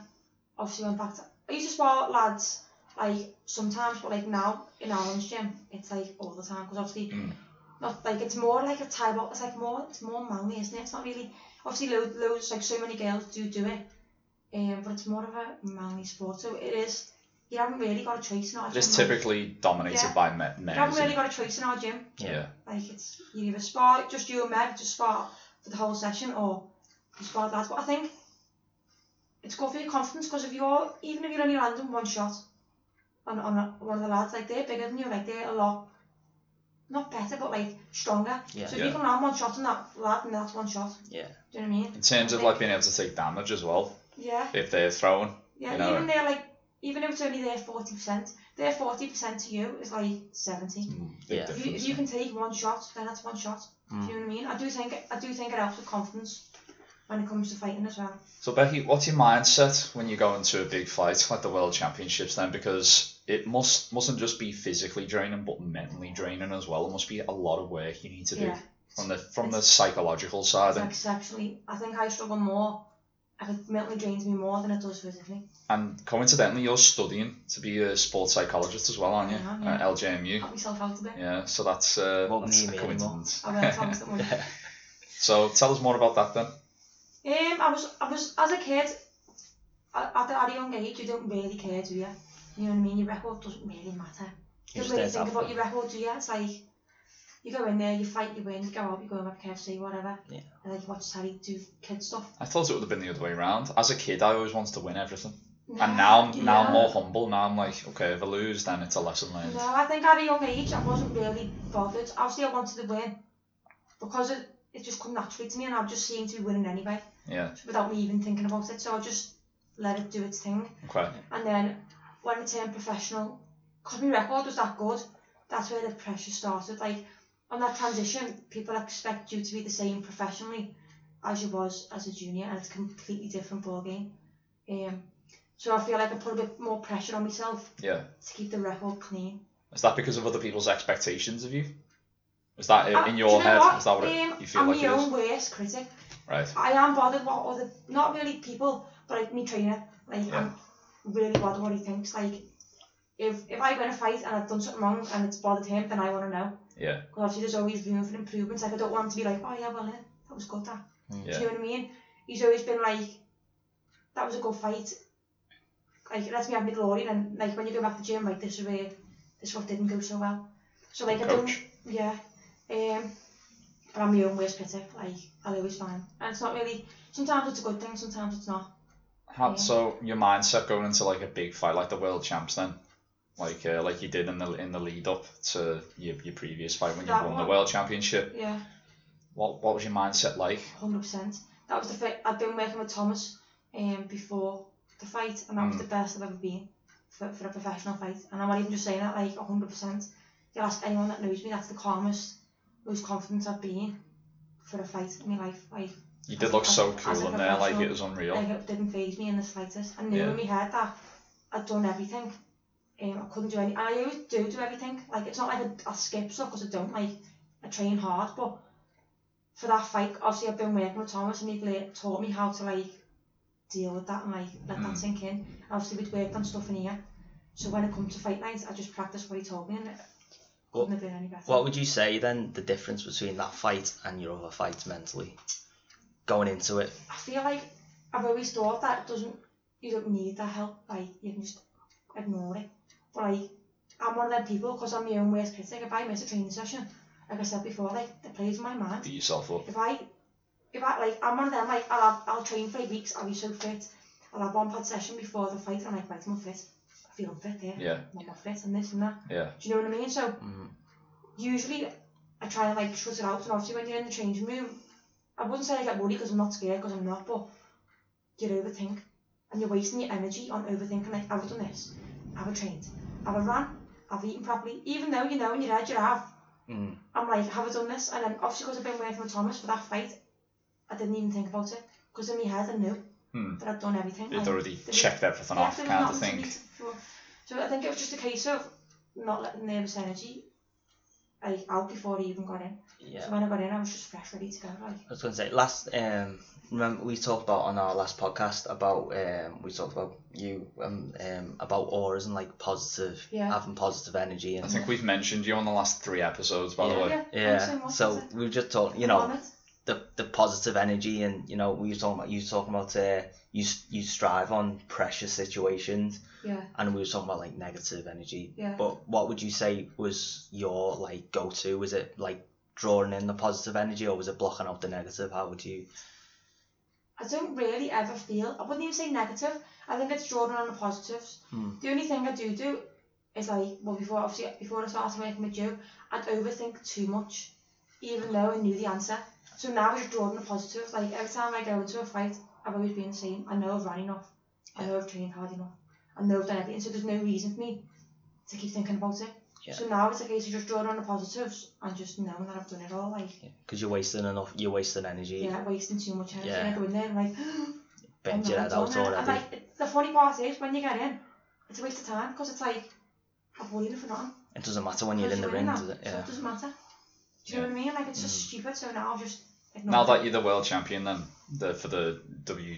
Speaker 3: obviously went back to. I used to spar lads like sometimes, but like now in Alan's gym, it's like all the time because obviously.
Speaker 1: Mm.
Speaker 3: Not like it's more like a tie box. It's like more, it's more manly, isn't it? It's not really obviously loads, loads like so many girls do do it, um, but it's more of a manly sport. So it is. You haven't really got a choice in our
Speaker 1: It
Speaker 3: gym.
Speaker 1: is
Speaker 3: like,
Speaker 1: typically dominated
Speaker 3: Yeah.
Speaker 1: by men.
Speaker 3: You
Speaker 1: men
Speaker 3: haven't
Speaker 1: isn't
Speaker 3: really
Speaker 1: it?
Speaker 3: got a choice in our gym.
Speaker 1: yeah.
Speaker 3: Like it's you either spar just you and Meg just spar for the whole session or you spar lads. But I think it's good for your confidence because if you're even if you're only landing one shot on on a, one of the lads like they're bigger than you like they're a lot not better but like stronger.
Speaker 2: Yeah.
Speaker 3: So if
Speaker 1: Yeah.
Speaker 3: you can land one shot on that lad and that's one shot.
Speaker 2: Yeah.
Speaker 3: Do you know what I mean?
Speaker 1: In terms of
Speaker 3: Like-
Speaker 1: like being able to take damage as well,
Speaker 3: Yeah.
Speaker 1: if they're throwing.
Speaker 3: Yeah.
Speaker 1: You know,
Speaker 3: even they're like even if it's only their forty percent, their forty percent to you is like seventy.
Speaker 1: mm, big
Speaker 2: Yeah.
Speaker 3: If you,
Speaker 1: difference.
Speaker 3: if you can take one shot, then that's one shot.
Speaker 2: Mm.
Speaker 3: Do you know what I mean? I do think I do think it helps with confidence when it comes to fighting as well.
Speaker 1: So Becky, what's your mindset when you go into a big fight like the World Championships then? Because it must mustn't just be physically draining, but mentally draining as well. It must be a lot of work you need to do
Speaker 3: Yeah,
Speaker 1: from the from the psychological side,
Speaker 3: it's
Speaker 1: and,
Speaker 3: like sexually, I think I struggle more. I think mentally drains me more than it does physically.
Speaker 1: and coincidentally, you're studying to be a sports psychologist as well, aren't you?
Speaker 3: I am, yeah.
Speaker 1: At LJMU.
Speaker 3: Cut myself out a bit.
Speaker 1: Yeah, so that's uh,
Speaker 2: Won't
Speaker 1: that's
Speaker 2: need
Speaker 1: a
Speaker 2: me
Speaker 1: coincidence.
Speaker 3: I went constantly. um,
Speaker 1: So tell us more about that then.
Speaker 3: Um, I was I was as a kid, at, at a- at a young age, you don't really care, do you? You know what I mean? Your record doesn't really matter.
Speaker 2: You
Speaker 3: You
Speaker 2: just
Speaker 3: don't really
Speaker 2: don't
Speaker 3: think
Speaker 2: have
Speaker 3: about
Speaker 2: fun.
Speaker 3: your record, do you? It's like you go in there, you fight, you win, you go out, you go and have KFC, whatever.
Speaker 2: Yeah.
Speaker 3: And then you watch Sally do kid stuff.
Speaker 1: I thought it would have been the other way around. As a kid, I always wanted to win everything, and
Speaker 3: Nah,
Speaker 1: now I'm now
Speaker 3: yeah.
Speaker 1: I'm more humble. Now I'm like, okay, if I lose, then it's a lesson learned.
Speaker 3: No, I think at a young age I wasn't really bothered. Obviously I wanted to win because it, it just come naturally to me and I just seemed to be winning anyway
Speaker 1: Yeah.
Speaker 3: without me even thinking about it. So I just let it do its thing.
Speaker 1: Okay.
Speaker 3: And then when I turned professional, because my record was that good, that's where the pressure started. Like on that transition, people expect you to be the same professionally as you was as a junior, and it's a completely different ballgame. Um, so I feel like I put a bit more pressure on myself
Speaker 1: Yeah.
Speaker 3: to keep the record clean.
Speaker 1: Is that because of other people's expectations of you? Is that i-
Speaker 3: Uh,
Speaker 1: in
Speaker 3: do
Speaker 1: your
Speaker 3: you know
Speaker 1: head?
Speaker 3: what?
Speaker 1: Is that what it,
Speaker 3: Um,
Speaker 1: you feel
Speaker 3: I'm
Speaker 1: like it
Speaker 3: my
Speaker 1: is?
Speaker 3: own worst critic.
Speaker 1: Right.
Speaker 3: I am bothered what other, not really people, but like me trainer. Like
Speaker 1: Yeah.
Speaker 3: I'm really bothered what he thinks. Like if if I win a fight and I've done something wrong and it's bothered him, then I want to know.
Speaker 1: Yeah.
Speaker 3: Because obviously there's always room for improvements. Like I don't want him to be like, oh yeah, well yeah, that was good. That.
Speaker 1: Mm. Yeah.
Speaker 3: Do you know what I mean? He's always been like, that was a good fight. Like it lets me have my glory. And like when you go back to the gym, like this is where this one didn't go so well. So like I don't.
Speaker 1: Coach.
Speaker 3: Yeah. Um, but I'm my own worst critic. Like, I'll always find. And it's not really. Sometimes it's a good thing, sometimes it's not.
Speaker 1: How,
Speaker 3: Yeah.
Speaker 1: So your mindset going into like a big fight, like the world champs, then, like uh, like you did in the in the lead up to your, your previous fight when you
Speaker 3: That
Speaker 1: won the
Speaker 3: one.
Speaker 1: world championship.
Speaker 3: Yeah,
Speaker 1: What what was your mindset like?
Speaker 3: 100%. That was the fit. I've been working with Thomas um, before the fight, and that was
Speaker 1: Mm.
Speaker 3: the best I've ever been for, for a professional fight. And I'm not even just saying that, like, 100%. You'll ask anyone that knows me, that's the calmest, most confident I've been for a fight in my life. Like,
Speaker 1: You
Speaker 3: As
Speaker 1: did
Speaker 3: a
Speaker 1: look so
Speaker 3: prof- as a
Speaker 1: cool in there, like it
Speaker 3: professional,
Speaker 1: was unreal.
Speaker 3: Like it didn't phase me in the slightest. I knew
Speaker 1: Yeah.
Speaker 3: in my head that I'd done everything. Um, I couldn't do any. I always do do everything. Like it's not like I, I skip stuff because I don't. Like I train hard, but for that fight, obviously I've been working with Thomas and he like, taught me how to like deal with that and like let
Speaker 1: Mm.
Speaker 3: that sink in. Obviously we'd worked on stuff in here, so when it comes to fight nights, I just practice what he told me and it
Speaker 2: What-
Speaker 3: couldn't have been any better.
Speaker 2: What would you say then the difference between that fight and your other fights mentally? Going into it.
Speaker 3: I feel like I've always thought that it doesn't you don't need that help, like you can just ignore it. But like I'm one of them people because I'm my own worst critic. If I miss a training session, like I said before, like the plays in my mind.
Speaker 1: Beat yourself up.
Speaker 3: If I if I like I'm one of them like I'll have, I'll train for eight weeks, I'll be so fit. I'll have one pad session before the fight and like right, I'm fit. I feel fit here.
Speaker 1: Yeah.
Speaker 3: I'm not fit and this and that.
Speaker 1: Yeah.
Speaker 3: Do you know what I mean? So
Speaker 2: Mm.
Speaker 3: usually I try and like shut it out, and obviously when you're in the changing room, I wouldn't say I get worried because I'm not scared because I'm not, but you overthink and you're wasting your energy on overthinking. Like, have I done this? Have I trained? Have I ran? Have I eaten properly? Even though you know in your head you have,
Speaker 2: Mm.
Speaker 3: I'm like, have I done this? And then obviously because I've been working with Thomas for that fight, I didn't even think about it because in my head I knew
Speaker 1: Hmm.
Speaker 3: that I'd done everything.
Speaker 1: They'd
Speaker 3: Like,
Speaker 1: already
Speaker 3: there was-
Speaker 1: checked everything
Speaker 3: yeah,
Speaker 1: off,
Speaker 3: there was
Speaker 1: kind of
Speaker 3: nothing
Speaker 1: thing.
Speaker 3: to be t- for- So I think it was just a case of not letting nervous energy like out before he even got in.
Speaker 2: Yeah.
Speaker 3: So when I got in, I was just fresh, ready to go. Like,
Speaker 2: I was going to say last. Um, remember we talked about on our last podcast about um, we talked about you um, um about auras and like positive
Speaker 3: Yeah.
Speaker 2: having positive energy
Speaker 1: I
Speaker 2: and
Speaker 1: think we've mentioned you on the last three episodes, by the way.
Speaker 3: yeah, thanks so
Speaker 2: yeah.
Speaker 3: much.
Speaker 2: So
Speaker 3: that's it.
Speaker 2: we were just talking, you
Speaker 3: I'm
Speaker 2: know,
Speaker 3: honoured.
Speaker 2: the the positive energy and you know we were talking about you were talking about uh, you s- you strive on pressure situations
Speaker 3: Yeah.
Speaker 2: and we were talking about like negative energy.
Speaker 3: Yeah.
Speaker 2: But what would you say was your like go to? Was it like drawing in the positive energy or was it blocking out the negative? How would you?
Speaker 3: I don't really ever feel, I wouldn't even say negative. I think it's drawing on the positives.
Speaker 2: Hmm.
Speaker 3: The only thing I do do is like, well, before obviously before I started working with you, I'd overthink too much, even though I knew the answer. So now I just draw on the positives. Like every time I go into a fight, I've always been the same. I know I've ran enough. I know I've trained hard enough. I know I've done everything. So there's no reason for me to keep thinking about it.
Speaker 2: Yeah.
Speaker 3: So now it's a case of just drawing on the positives and just knowing that I've done it all. Like,
Speaker 2: Because you're wasting enough, you're wasting energy,
Speaker 3: yeah, wasting too much energy.
Speaker 2: Yeah.
Speaker 3: I go in there and like,
Speaker 2: bend your head out
Speaker 3: and
Speaker 2: already.
Speaker 3: like, it- the funny part is when you get in, it's a waste of time because it's like, I've worried for nothing.
Speaker 2: It doesn't matter when you're in the
Speaker 3: Because you're
Speaker 2: ring,
Speaker 3: that,
Speaker 2: does it?
Speaker 3: So
Speaker 2: Yeah.
Speaker 3: it doesn't matter. Do you know what I mean? Like it's just stupid. So now I'll just ignore
Speaker 1: Now
Speaker 3: it.
Speaker 1: that you're the world champion, then the, for the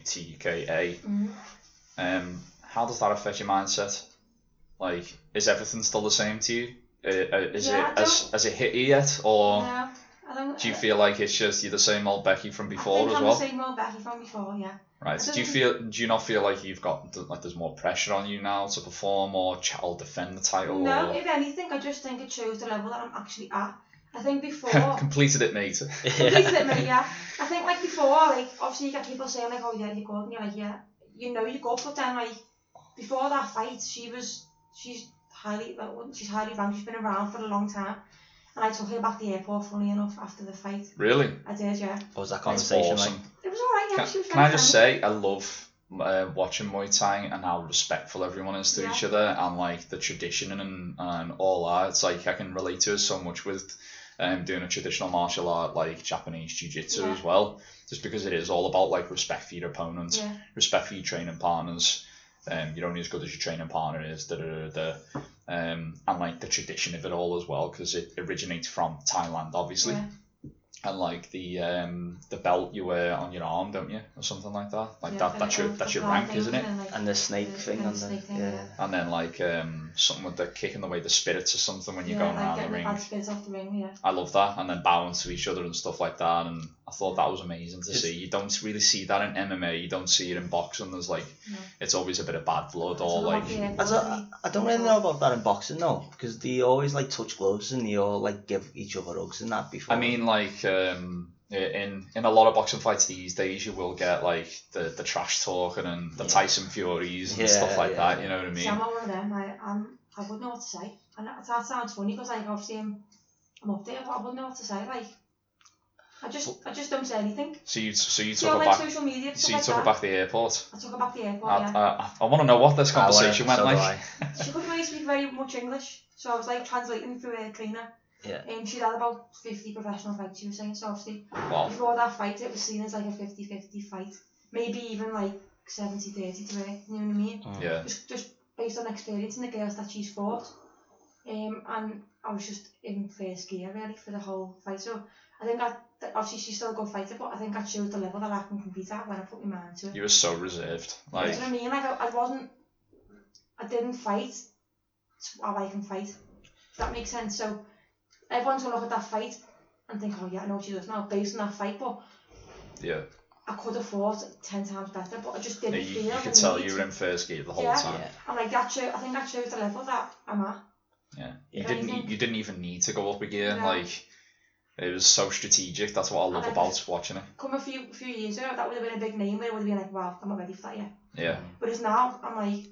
Speaker 1: WTKA,
Speaker 3: Mm.
Speaker 1: um, how does that affect your mindset? Like, is everything still the same to you? Uh, uh, is
Speaker 3: Yeah,
Speaker 1: it
Speaker 3: I
Speaker 1: as as it hit you yet, or
Speaker 3: No, I don't.
Speaker 1: do you feel like it's just you're the same old Becky from
Speaker 3: I
Speaker 1: before
Speaker 3: think
Speaker 1: as
Speaker 3: I'm
Speaker 1: well?
Speaker 3: the same old Becky from before. Yeah.
Speaker 1: Right.
Speaker 3: I
Speaker 1: Do you
Speaker 3: don't
Speaker 1: feel? Do you not feel like you've got like there's more pressure on you now to perform or ch- or defend the title?
Speaker 3: No,
Speaker 1: or...
Speaker 3: if anything, I just think it shows the level that I'm actually at. I think before.
Speaker 1: completed it, mate.
Speaker 3: Please let me, yeah. I think like before, like obviously you get people saying like, oh yeah, you're good, and you're like, yeah, you know you're good, but then like before that fight, she was she's highly like, well, she's highly ranked. She's been around for a long time, and I took her back to the airport. Funny enough, after the fight,
Speaker 1: Really?
Speaker 3: I did, yeah.
Speaker 2: What was that
Speaker 1: That's
Speaker 2: conversation
Speaker 1: awesome.
Speaker 3: It was alright, yeah.
Speaker 1: Can,
Speaker 3: she was
Speaker 1: can I
Speaker 3: very
Speaker 1: just
Speaker 3: friendly.
Speaker 1: say I love uh, watching Muay Thai and how respectful everyone is to
Speaker 3: Yeah.
Speaker 1: each other and like the tradition and and all that. It's like I can relate to it so much with um, doing a traditional martial art like Japanese Jiu Jitsu
Speaker 3: Yeah.
Speaker 1: as well, just because it is all about like respect for your opponent,
Speaker 3: Yeah.
Speaker 1: respect for your training partners. Um, you're only as good as your training partner is. Da, da, da, da. Um, and like the tradition of it all as well, because it originates from Thailand, obviously
Speaker 3: Yeah.
Speaker 1: and like the um the belt you wear on your arm, don't you, or something like that. Like
Speaker 3: Yeah,
Speaker 1: that
Speaker 3: and
Speaker 1: that's your
Speaker 3: all
Speaker 1: that's
Speaker 3: the
Speaker 1: your
Speaker 3: blind
Speaker 1: rank,
Speaker 3: things
Speaker 1: isn't it?
Speaker 3: And, like,
Speaker 2: and the snake
Speaker 3: the-
Speaker 2: thing
Speaker 3: and
Speaker 2: on
Speaker 3: the
Speaker 2: the
Speaker 3: snake thing,
Speaker 2: yeah.
Speaker 3: yeah.
Speaker 1: And then like um something with the kicking away the spirits or something when you're
Speaker 3: yeah,
Speaker 1: going
Speaker 3: like
Speaker 1: around
Speaker 3: getting
Speaker 1: the ring.
Speaker 3: bad spirits off the ring, yeah.
Speaker 1: I love that, and then bowing to each other and stuff like that. And I thought that was amazing to
Speaker 2: It's-
Speaker 1: see. You don't really see that in MMA. You don't see it in boxing. There's like
Speaker 3: No.
Speaker 1: it's always a bit of bad blood
Speaker 3: So
Speaker 1: or
Speaker 3: I'm
Speaker 1: like
Speaker 3: happy airport,
Speaker 2: I
Speaker 3: really.
Speaker 2: don't, I don't really know about that in boxing though, because they always like touch gloves and they all like give each other hugs and that before.
Speaker 1: I mean, like um, in in a lot of boxing fights these days, you will get like the, the trash talking and the
Speaker 2: Yeah.
Speaker 1: Tyson Furies and
Speaker 2: Yeah,
Speaker 1: stuff like
Speaker 2: yeah.
Speaker 1: that. You know what I
Speaker 3: See,
Speaker 1: mean?
Speaker 3: I'm not one of them. I, I'm, I wouldn't know what to say. And that, that sounds funny because like, obviously I'm, I'm up there, but I wouldn't know what to say. Like, I just, I just don't say anything.
Speaker 1: So you so you
Speaker 3: See,
Speaker 1: took
Speaker 3: on
Speaker 1: her
Speaker 3: like
Speaker 1: back.
Speaker 3: social media, and
Speaker 1: So you
Speaker 3: stuff
Speaker 1: took her
Speaker 3: like
Speaker 1: back to the airport.
Speaker 3: that. I took her back to the airport,
Speaker 1: I,
Speaker 3: yeah.
Speaker 1: I, I want to know what this
Speaker 2: I wanna-
Speaker 1: conversation
Speaker 2: Ah, so do
Speaker 1: went like.
Speaker 3: she couldn't really speak very much English, so I was like translating through her cleaner.
Speaker 2: Yeah.
Speaker 3: And she'd had about 50 professional fights, she was saying, so obviously
Speaker 1: Wow.
Speaker 3: before that fight it was seen as like a 50-50 fight. Maybe even like 70-30 to her, you know what I mean?
Speaker 2: I. Mm.
Speaker 1: Yeah.
Speaker 3: just just based on experience and the girls that she's fought. Um, and I was just in first gear really for the whole fight. So I think I that obviously she's still a good fighter, but I think I showed the level that I can compete at when I put my mind to it.
Speaker 1: You were so reserved. Like
Speaker 3: Do you know what I mean? Like I, I wasn't, I didn't fight to how I can fight. If that makes sense. So everyone's gonna look at that fight and think, oh yeah, I know what she does now based on that fight, but.
Speaker 1: yeah,
Speaker 3: I could have fought ten times better, but I just
Speaker 1: you,
Speaker 3: didn't feel.
Speaker 1: you
Speaker 3: the
Speaker 1: could tell
Speaker 3: need
Speaker 1: you
Speaker 3: to.
Speaker 1: were in first gear the whole
Speaker 3: Yeah.
Speaker 1: time.
Speaker 2: Yeah.
Speaker 3: And like that show, I think that shows the level that I'm at.
Speaker 1: Yeah.
Speaker 2: Yeah.
Speaker 1: You didn't
Speaker 3: Amazing.
Speaker 1: you didn't even need to go up again.
Speaker 3: No.
Speaker 1: Like it was so strategic. That's what I love
Speaker 3: And I
Speaker 1: about watching it.
Speaker 3: come a few few years ago, that would have been a big name, but it would have been like, wow, I'm not ready for that yet.
Speaker 1: Yeah.
Speaker 3: But it's now, I'm like,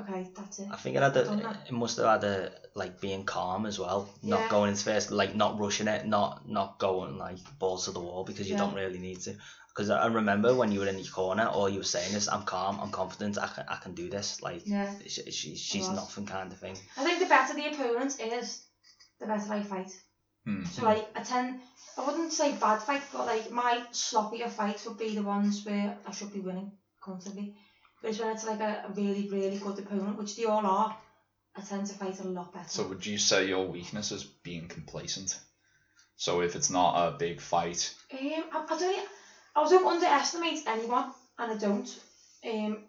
Speaker 3: okay, that's it.
Speaker 2: I think it had
Speaker 3: Done
Speaker 2: a,
Speaker 3: that.
Speaker 2: it must have had a like being calm as well,
Speaker 3: Yeah.
Speaker 2: not going into first, like not rushing it, not not going like balls to the wall because you
Speaker 3: Yeah.
Speaker 2: don't really need to. Because I I remember when you were in your corner, all you were saying is, "I'm calm, I'm confident, I can, I can do this." Like
Speaker 3: Yeah.
Speaker 2: she, she, she's
Speaker 3: was.
Speaker 2: nothing kind of thing.
Speaker 3: I think the better the opponent is, the better I fight.
Speaker 1: Hmm.
Speaker 3: So like, I tend, I wouldn't say bad fight, but like my sloppier fights would be the ones where I should be winning comfortably. But it's when it's like a, a really, really good opponent, which they all are, I tend to fight a lot better.
Speaker 1: So would you say your weakness is being complacent? So if it's not a big fight,
Speaker 3: Um, I, I don't. I don't underestimate anyone, and I don't. Um,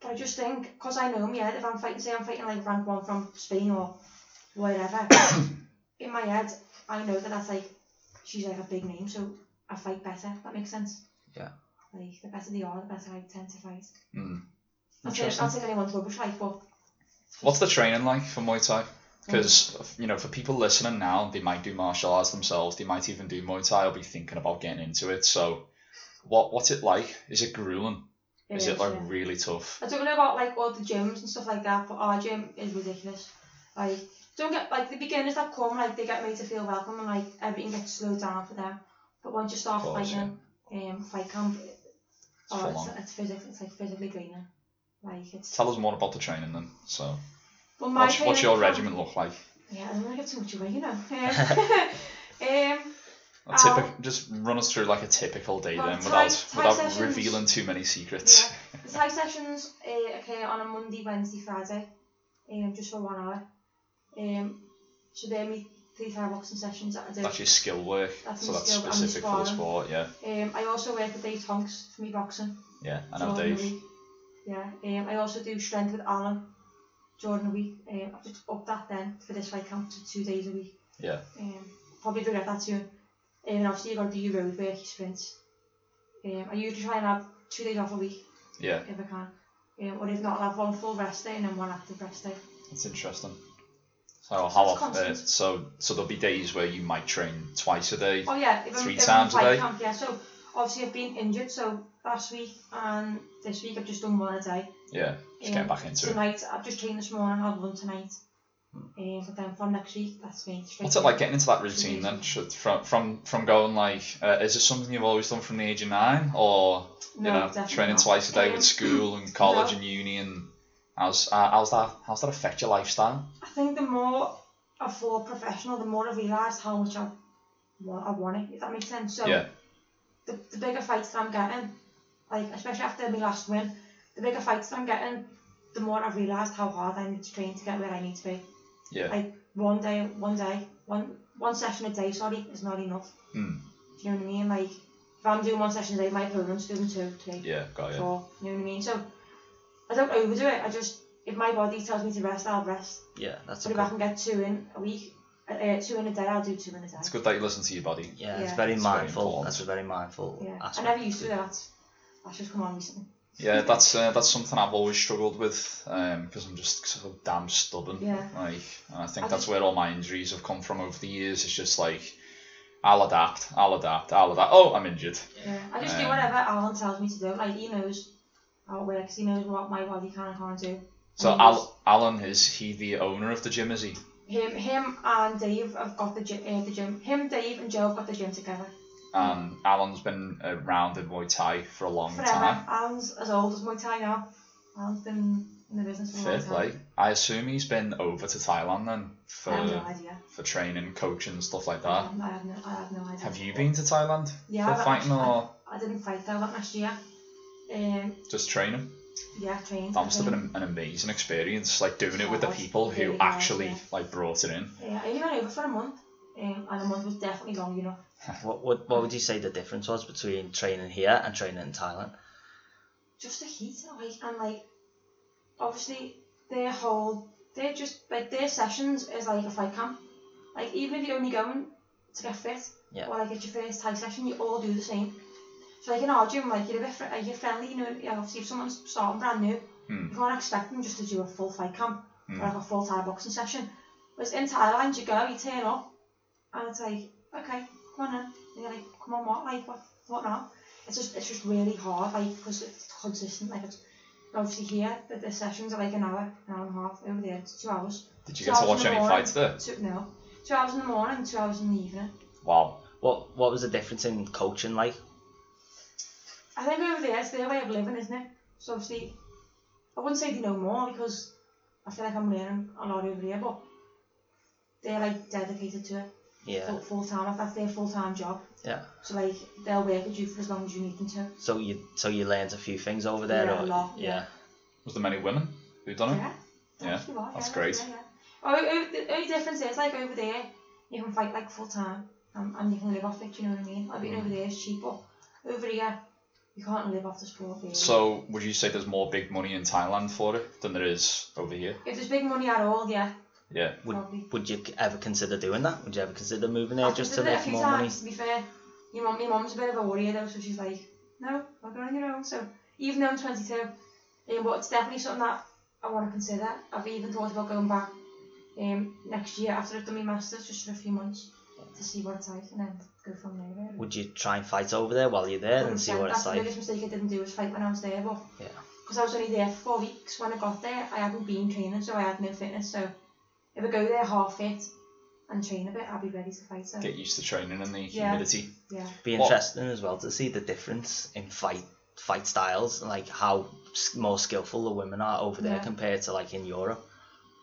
Speaker 3: but I just think, cause I know in my head, if I'm fighting, say I'm fighting like rank one from Spain or wherever, in my head, I know that that's like, she's like a big name, so I fight better. If that makes sense.
Speaker 2: Yeah.
Speaker 3: Like the better they are, the better I tend to fight.
Speaker 1: mm.
Speaker 3: I'll take, I'll
Speaker 2: Interesting.
Speaker 3: take anyone's rubbish like, but
Speaker 1: what's the training like for Muay Thai?
Speaker 3: Mm.
Speaker 1: Because you know, for people listening now, they might do martial arts themselves. They might even do Muay Thai or be thinking about getting into it. So, what what's it like? Is it grueling? Is it like
Speaker 3: yeah.
Speaker 1: really tough?
Speaker 3: I don't know about like all the gyms and stuff like that, but our gym is ridiculous. Like don't get like the beginners that come, like they get made to feel welcome and like everything gets slowed down for them. But once you start
Speaker 1: Of course,
Speaker 3: fighting, um, fight camp, oh,
Speaker 1: full
Speaker 3: it's,
Speaker 1: on.
Speaker 3: it's physical, it's like physically draining. Like it's.
Speaker 1: Tell us more about the training then. So,
Speaker 3: But my
Speaker 1: what's, what's
Speaker 3: training
Speaker 1: your
Speaker 3: camp-
Speaker 1: regiment look like?
Speaker 3: Yeah, I don't want to give too much away, you know.
Speaker 1: A
Speaker 3: Um, um, Um,
Speaker 1: typic- just run us through like a typical day
Speaker 3: well,
Speaker 1: then,
Speaker 3: Thai-
Speaker 1: without
Speaker 3: Thai
Speaker 1: without
Speaker 3: sessions-
Speaker 1: revealing too many secrets.
Speaker 3: yeah, the Thai sessions uh, occur on a Monday, Wednesday, Friday, um, just for one hour. Um, so they're my three Thai boxing sessions that I do.
Speaker 1: That's your skill work.
Speaker 3: That's
Speaker 1: so
Speaker 3: my
Speaker 1: that's
Speaker 3: skill and
Speaker 1: specific for the
Speaker 3: sparring.
Speaker 1: sport. Yeah,
Speaker 3: Um, I also work with Dave Tonks for me boxing.
Speaker 1: yeah. I know
Speaker 3: during the
Speaker 1: Dave.
Speaker 3: week. Yeah, um, I also do strength with Alan during the week. Um, I've just upped that then for this fight camp to two days a week.
Speaker 1: Yeah.
Speaker 3: Um, probably regret that soon. Um, and obviously you've got to do your road work, your sprints. Um, I usually try and have two days off a week
Speaker 1: Yeah,
Speaker 3: if I can. Um, or if not, I'll have one full rest day and then one active rest day.
Speaker 1: that's interesting. So how often? Uh,
Speaker 3: constant.
Speaker 1: so so there'll be days where you might train twice a day.
Speaker 3: Oh yeah, if I'm,
Speaker 1: Three
Speaker 3: if
Speaker 1: times a
Speaker 3: I'm in fight
Speaker 1: day?
Speaker 3: Camp, yeah, so obviously I've been injured, so last week and this week I've just done one a day.
Speaker 1: Yeah, just getting
Speaker 3: Um,
Speaker 1: back into it.
Speaker 3: tonight. I've just trained this morning. I'll run tonight. Um, but then from next week, that's me. straight
Speaker 1: Hmm. What's it
Speaker 3: in.
Speaker 1: like getting into that routine then?
Speaker 3: Mhm.
Speaker 1: Should from from from going like, uh, is this something you've always done from the age of nine, or you
Speaker 3: No,
Speaker 1: know,
Speaker 3: definitely
Speaker 1: training
Speaker 3: not.
Speaker 1: twice a day
Speaker 3: Um,
Speaker 1: with school and college
Speaker 3: no.
Speaker 1: and uni and how's uh, how's that how's that affect your lifestyle?
Speaker 3: I think the more I feel professional, the more I realise how much I want, I want it. If that makes sense. So
Speaker 1: Yeah.
Speaker 3: the, the bigger fights that I'm getting, like especially after my last win, the bigger fights that I'm getting, the more I realised how hard I need to train to get where I need to be.
Speaker 1: Yeah.
Speaker 3: Like one day, one day, one one session a day. Sorry, is not enough.
Speaker 1: Hmm.
Speaker 3: Do you know what I mean? Like if I'm doing one session a day, my opponent's doing two, three.
Speaker 1: Yeah, got you.
Speaker 3: Sure, you know what I mean? So I don't overdo it. I just, if my body tells me to rest, I'll rest.
Speaker 2: Yeah, that's
Speaker 3: But
Speaker 2: a
Speaker 3: if I
Speaker 2: good.
Speaker 3: can get two in a week, uh, two in a day, I'll do two in a day.
Speaker 1: It's good that you listen to your body.
Speaker 2: Yeah, it's
Speaker 3: Yeah.
Speaker 2: very
Speaker 1: It's very
Speaker 2: mindful.
Speaker 1: important.
Speaker 2: that's a very mindful
Speaker 3: Yeah, I
Speaker 2: aspect.
Speaker 3: never used to do that. That's just come on recently.
Speaker 1: Yeah, that's uh, that's something I've always struggled with because I'm just so damn stubborn.
Speaker 3: Yeah.
Speaker 1: Like, and I think
Speaker 3: I
Speaker 1: that's
Speaker 3: think-
Speaker 1: where all my injuries have come from over the years. It's just like, I'll adapt, I'll adapt, I'll adapt. Oh, I'm injured.
Speaker 3: Yeah, I just do
Speaker 1: Um,
Speaker 3: whatever Alan tells me to do. Like he knows how it works. He knows what my body can and can't do.
Speaker 1: So
Speaker 3: And he knows-
Speaker 1: Al- Alan is he the owner of the gym? Is he?
Speaker 3: him, him and Dave have got the gym. Uh, the gym. Him, Dave, and Joe have got the gym together.
Speaker 1: Um, Alan's been around in Muay Thai for a long
Speaker 3: Forever.
Speaker 1: time.
Speaker 3: Alan's as old as Muay Thai now. Alan's been in the business for a
Speaker 1: Fair
Speaker 3: long time.
Speaker 1: play. I assume he's been over to Thailand then for
Speaker 3: I have no idea.
Speaker 1: for training, coaching, and stuff like that.
Speaker 3: I have no, I have no, I have no idea.
Speaker 1: Have you been to Thailand
Speaker 3: Yeah,
Speaker 1: for
Speaker 3: but
Speaker 1: fighting
Speaker 3: actually-
Speaker 1: or
Speaker 3: I didn't fight though, that last year. Um,
Speaker 1: just training?
Speaker 3: yeah, I trained.
Speaker 1: That must have
Speaker 3: I
Speaker 1: been an an amazing experience, like doing it with the
Speaker 3: Hard.
Speaker 1: people who
Speaker 3: Really hard,
Speaker 1: actually
Speaker 3: yeah.
Speaker 1: like brought it in.
Speaker 3: trained. Yeah, I only went over for a month, um, and a month was definitely long enough.
Speaker 2: What, what what would you say the difference was between training here and training in Thailand?
Speaker 3: Just the heat, like, and like, obviously, their whole, they're just, like, their sessions is like a fight camp. Like, even if you're only going to get fit,
Speaker 2: Yeah.
Speaker 3: or like it's your first Thai session, you all do the same. So, like, in our gym, like, you're a bit fr- like, you're friendly, you know, yeah, obviously, if someone's starting brand new,
Speaker 1: Hmm.
Speaker 3: you can't expect them just to do a full fight camp.
Speaker 1: Mm.
Speaker 3: like a full time boxing session. Whereas in Thailand, you go, you turn up, and it's like, okay, come on in. And you're like, come on, what? Like, what, what now? It's just, it's just really hard, like, because it's consistent. Like, it's obviously here, but the sessions are like an hour, an hour and a half. Over there, it's two hours.
Speaker 1: Did you
Speaker 3: So
Speaker 1: get to
Speaker 3: I was
Speaker 1: watch
Speaker 3: in
Speaker 1: any
Speaker 3: the morning.
Speaker 1: fights there?
Speaker 3: Two, no, two hours in the morning, two hours in the evening.
Speaker 1: Wow.
Speaker 2: What what was the difference in coaching like?
Speaker 3: I think over there, it's their way of living, isn't it? So obviously, I wouldn't say they know more because I feel like I'm learning a lot over here, but they're like dedicated to it.
Speaker 2: Yeah.
Speaker 3: full, full time. If that's their full time job.
Speaker 2: Yeah.
Speaker 3: So like they'll work with you for as long as you need them to.
Speaker 2: So you so you learned a few things over there.
Speaker 3: Yeah, a
Speaker 2: or,
Speaker 3: lot,
Speaker 2: Yeah.
Speaker 1: Was there many women who done it?
Speaker 3: Yeah.
Speaker 1: Oh, Yeah,
Speaker 3: actually are,
Speaker 1: that's
Speaker 3: yeah,
Speaker 1: great.
Speaker 3: Yeah, yeah. Oh, oh, the only difference is like over there you can fight like full time. and, and you can live off it, do you know what I mean? Like, being
Speaker 1: Mm.
Speaker 3: over there is cheap, but over here, you can't live off the sport. Really.
Speaker 1: So would you say there's more big money in Thailand for it than there is over here?
Speaker 3: if there's big money at all, yeah,
Speaker 1: Yeah.
Speaker 2: Would-
Speaker 3: probably.
Speaker 2: Would you ever consider doing that? Would you ever consider moving there
Speaker 3: I've
Speaker 2: just to
Speaker 3: considered it a
Speaker 2: make
Speaker 3: few
Speaker 2: more money?
Speaker 3: times, To be fair, your mum, my mum's a bit of a worrier though, so she's like, no, I'll go on your own. So even though I'm 22, um, but it's definitely something that I want to consider. I've even thought about going back um, next year after I've done my masters, just for a few months, to see what it's like, and then go from there. Really.
Speaker 2: Would you try and fight over there while you're there and see what
Speaker 3: That's
Speaker 2: it's
Speaker 3: the
Speaker 2: like?
Speaker 3: biggest mistake I didn't do was fight when I was there, but
Speaker 2: Yeah.
Speaker 3: because I was only there for four weeks when I got there, I hadn't been training, so I had no fitness. So if I go there half fit and train a bit, I'll be ready to fight. So
Speaker 1: Get used to training and the
Speaker 3: Yeah.
Speaker 1: humidity.
Speaker 3: yeah.
Speaker 2: Be
Speaker 1: What-
Speaker 2: interesting as well to see the difference in fight fight styles, and, like how s- more skillful the women are over there
Speaker 3: Yeah.
Speaker 2: compared to like in Europe.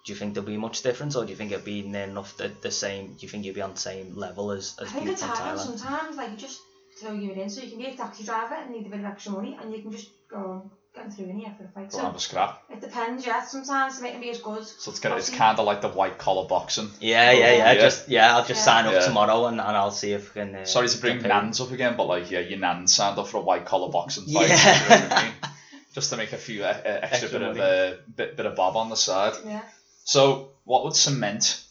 Speaker 2: Do you think there'll be much difference, or do you think it'll be near enough the, the same? Do you think you'll be on the same level as
Speaker 3: I
Speaker 2: as
Speaker 3: think
Speaker 2: people
Speaker 3: it's
Speaker 2: from
Speaker 3: hard
Speaker 2: Thailand?
Speaker 3: sometimes, like you just throw you in, so you can be a taxi driver and need a bit of extra money, and you can just go getting through in here for a fight.
Speaker 1: Go and
Speaker 3: So
Speaker 1: have a scrap.
Speaker 3: it depends, yeah. Sometimes it might not be as good.
Speaker 1: So it's kind of, it's
Speaker 3: Boxing.
Speaker 1: kind of like the white collar boxing.
Speaker 2: Yeah, yeah,
Speaker 1: Oh,
Speaker 2: yeah,
Speaker 1: yeah.
Speaker 2: Just yeah, I'll just
Speaker 3: Yeah.
Speaker 2: sign up
Speaker 1: Yeah.
Speaker 2: tomorrow and, and I'll see if we can. Uh,
Speaker 1: Sorry to bring
Speaker 2: get paid.
Speaker 1: Nans up again, but like yeah, your Nan signed up for a white collar boxing fight.
Speaker 2: Yeah.
Speaker 1: You know what I mean? Just to make a few uh, uh, extra,
Speaker 2: Extra
Speaker 1: bit of
Speaker 2: money.
Speaker 1: uh, bit bit of bob on the side.
Speaker 3: Yeah.
Speaker 1: So, what would cement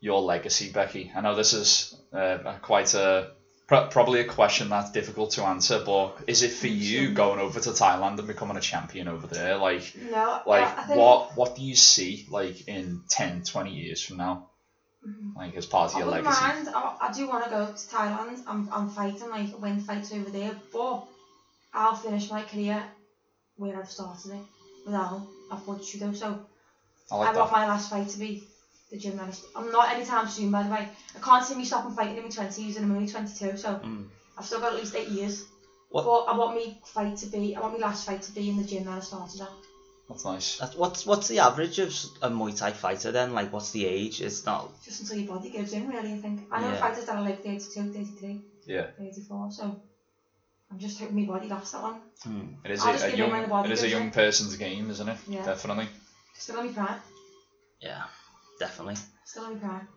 Speaker 1: your legacy, Becky? I know this is uh, quite a pro- probably a question that's difficult to answer, but is it for you going over to Thailand and becoming a champion over there? Like,
Speaker 3: No.
Speaker 1: like
Speaker 3: I, I think
Speaker 1: what what do you see like in 10, 20 years from now, like as part of
Speaker 3: Mm-hmm. I
Speaker 1: your
Speaker 3: wouldn't
Speaker 1: legacy?
Speaker 3: mind. I, I do want to go to Thailand. I'm, I'm fighting like win fights over there, but I'll finish my career where I've started it without a foot judo. So
Speaker 1: I
Speaker 3: I
Speaker 1: like
Speaker 3: want
Speaker 1: that.
Speaker 3: my last fight to be the gym gymnast. I'm not anytime soon, by the way. I can't see me stopping fighting in my twenties, and I'm only twenty-two, so
Speaker 2: Mm.
Speaker 3: I've still got at least eight years.
Speaker 2: What-
Speaker 3: But I want me fight to be, I want my last fight to be in the gym that I started at.
Speaker 1: That's nice.
Speaker 2: That's, what's what's the average of s- a Muay Thai fighter then? Like, what's the age? It's not
Speaker 3: Just until your body gives in, really. I think I know
Speaker 2: Yeah.
Speaker 3: fighters that are like 32, 33,
Speaker 1: Yeah,
Speaker 3: 34, so I'm just hoping my body lasts that long.
Speaker 2: hmm,
Speaker 1: it is
Speaker 3: I'll just
Speaker 1: a, a
Speaker 3: give him my
Speaker 1: young
Speaker 3: body
Speaker 1: it is a
Speaker 3: goes
Speaker 1: young
Speaker 3: in.
Speaker 1: person's game, isn't it?
Speaker 3: Yeah.
Speaker 1: Definitely.
Speaker 3: Still on my prime.
Speaker 2: yeah, definitely.
Speaker 3: Still on my prime.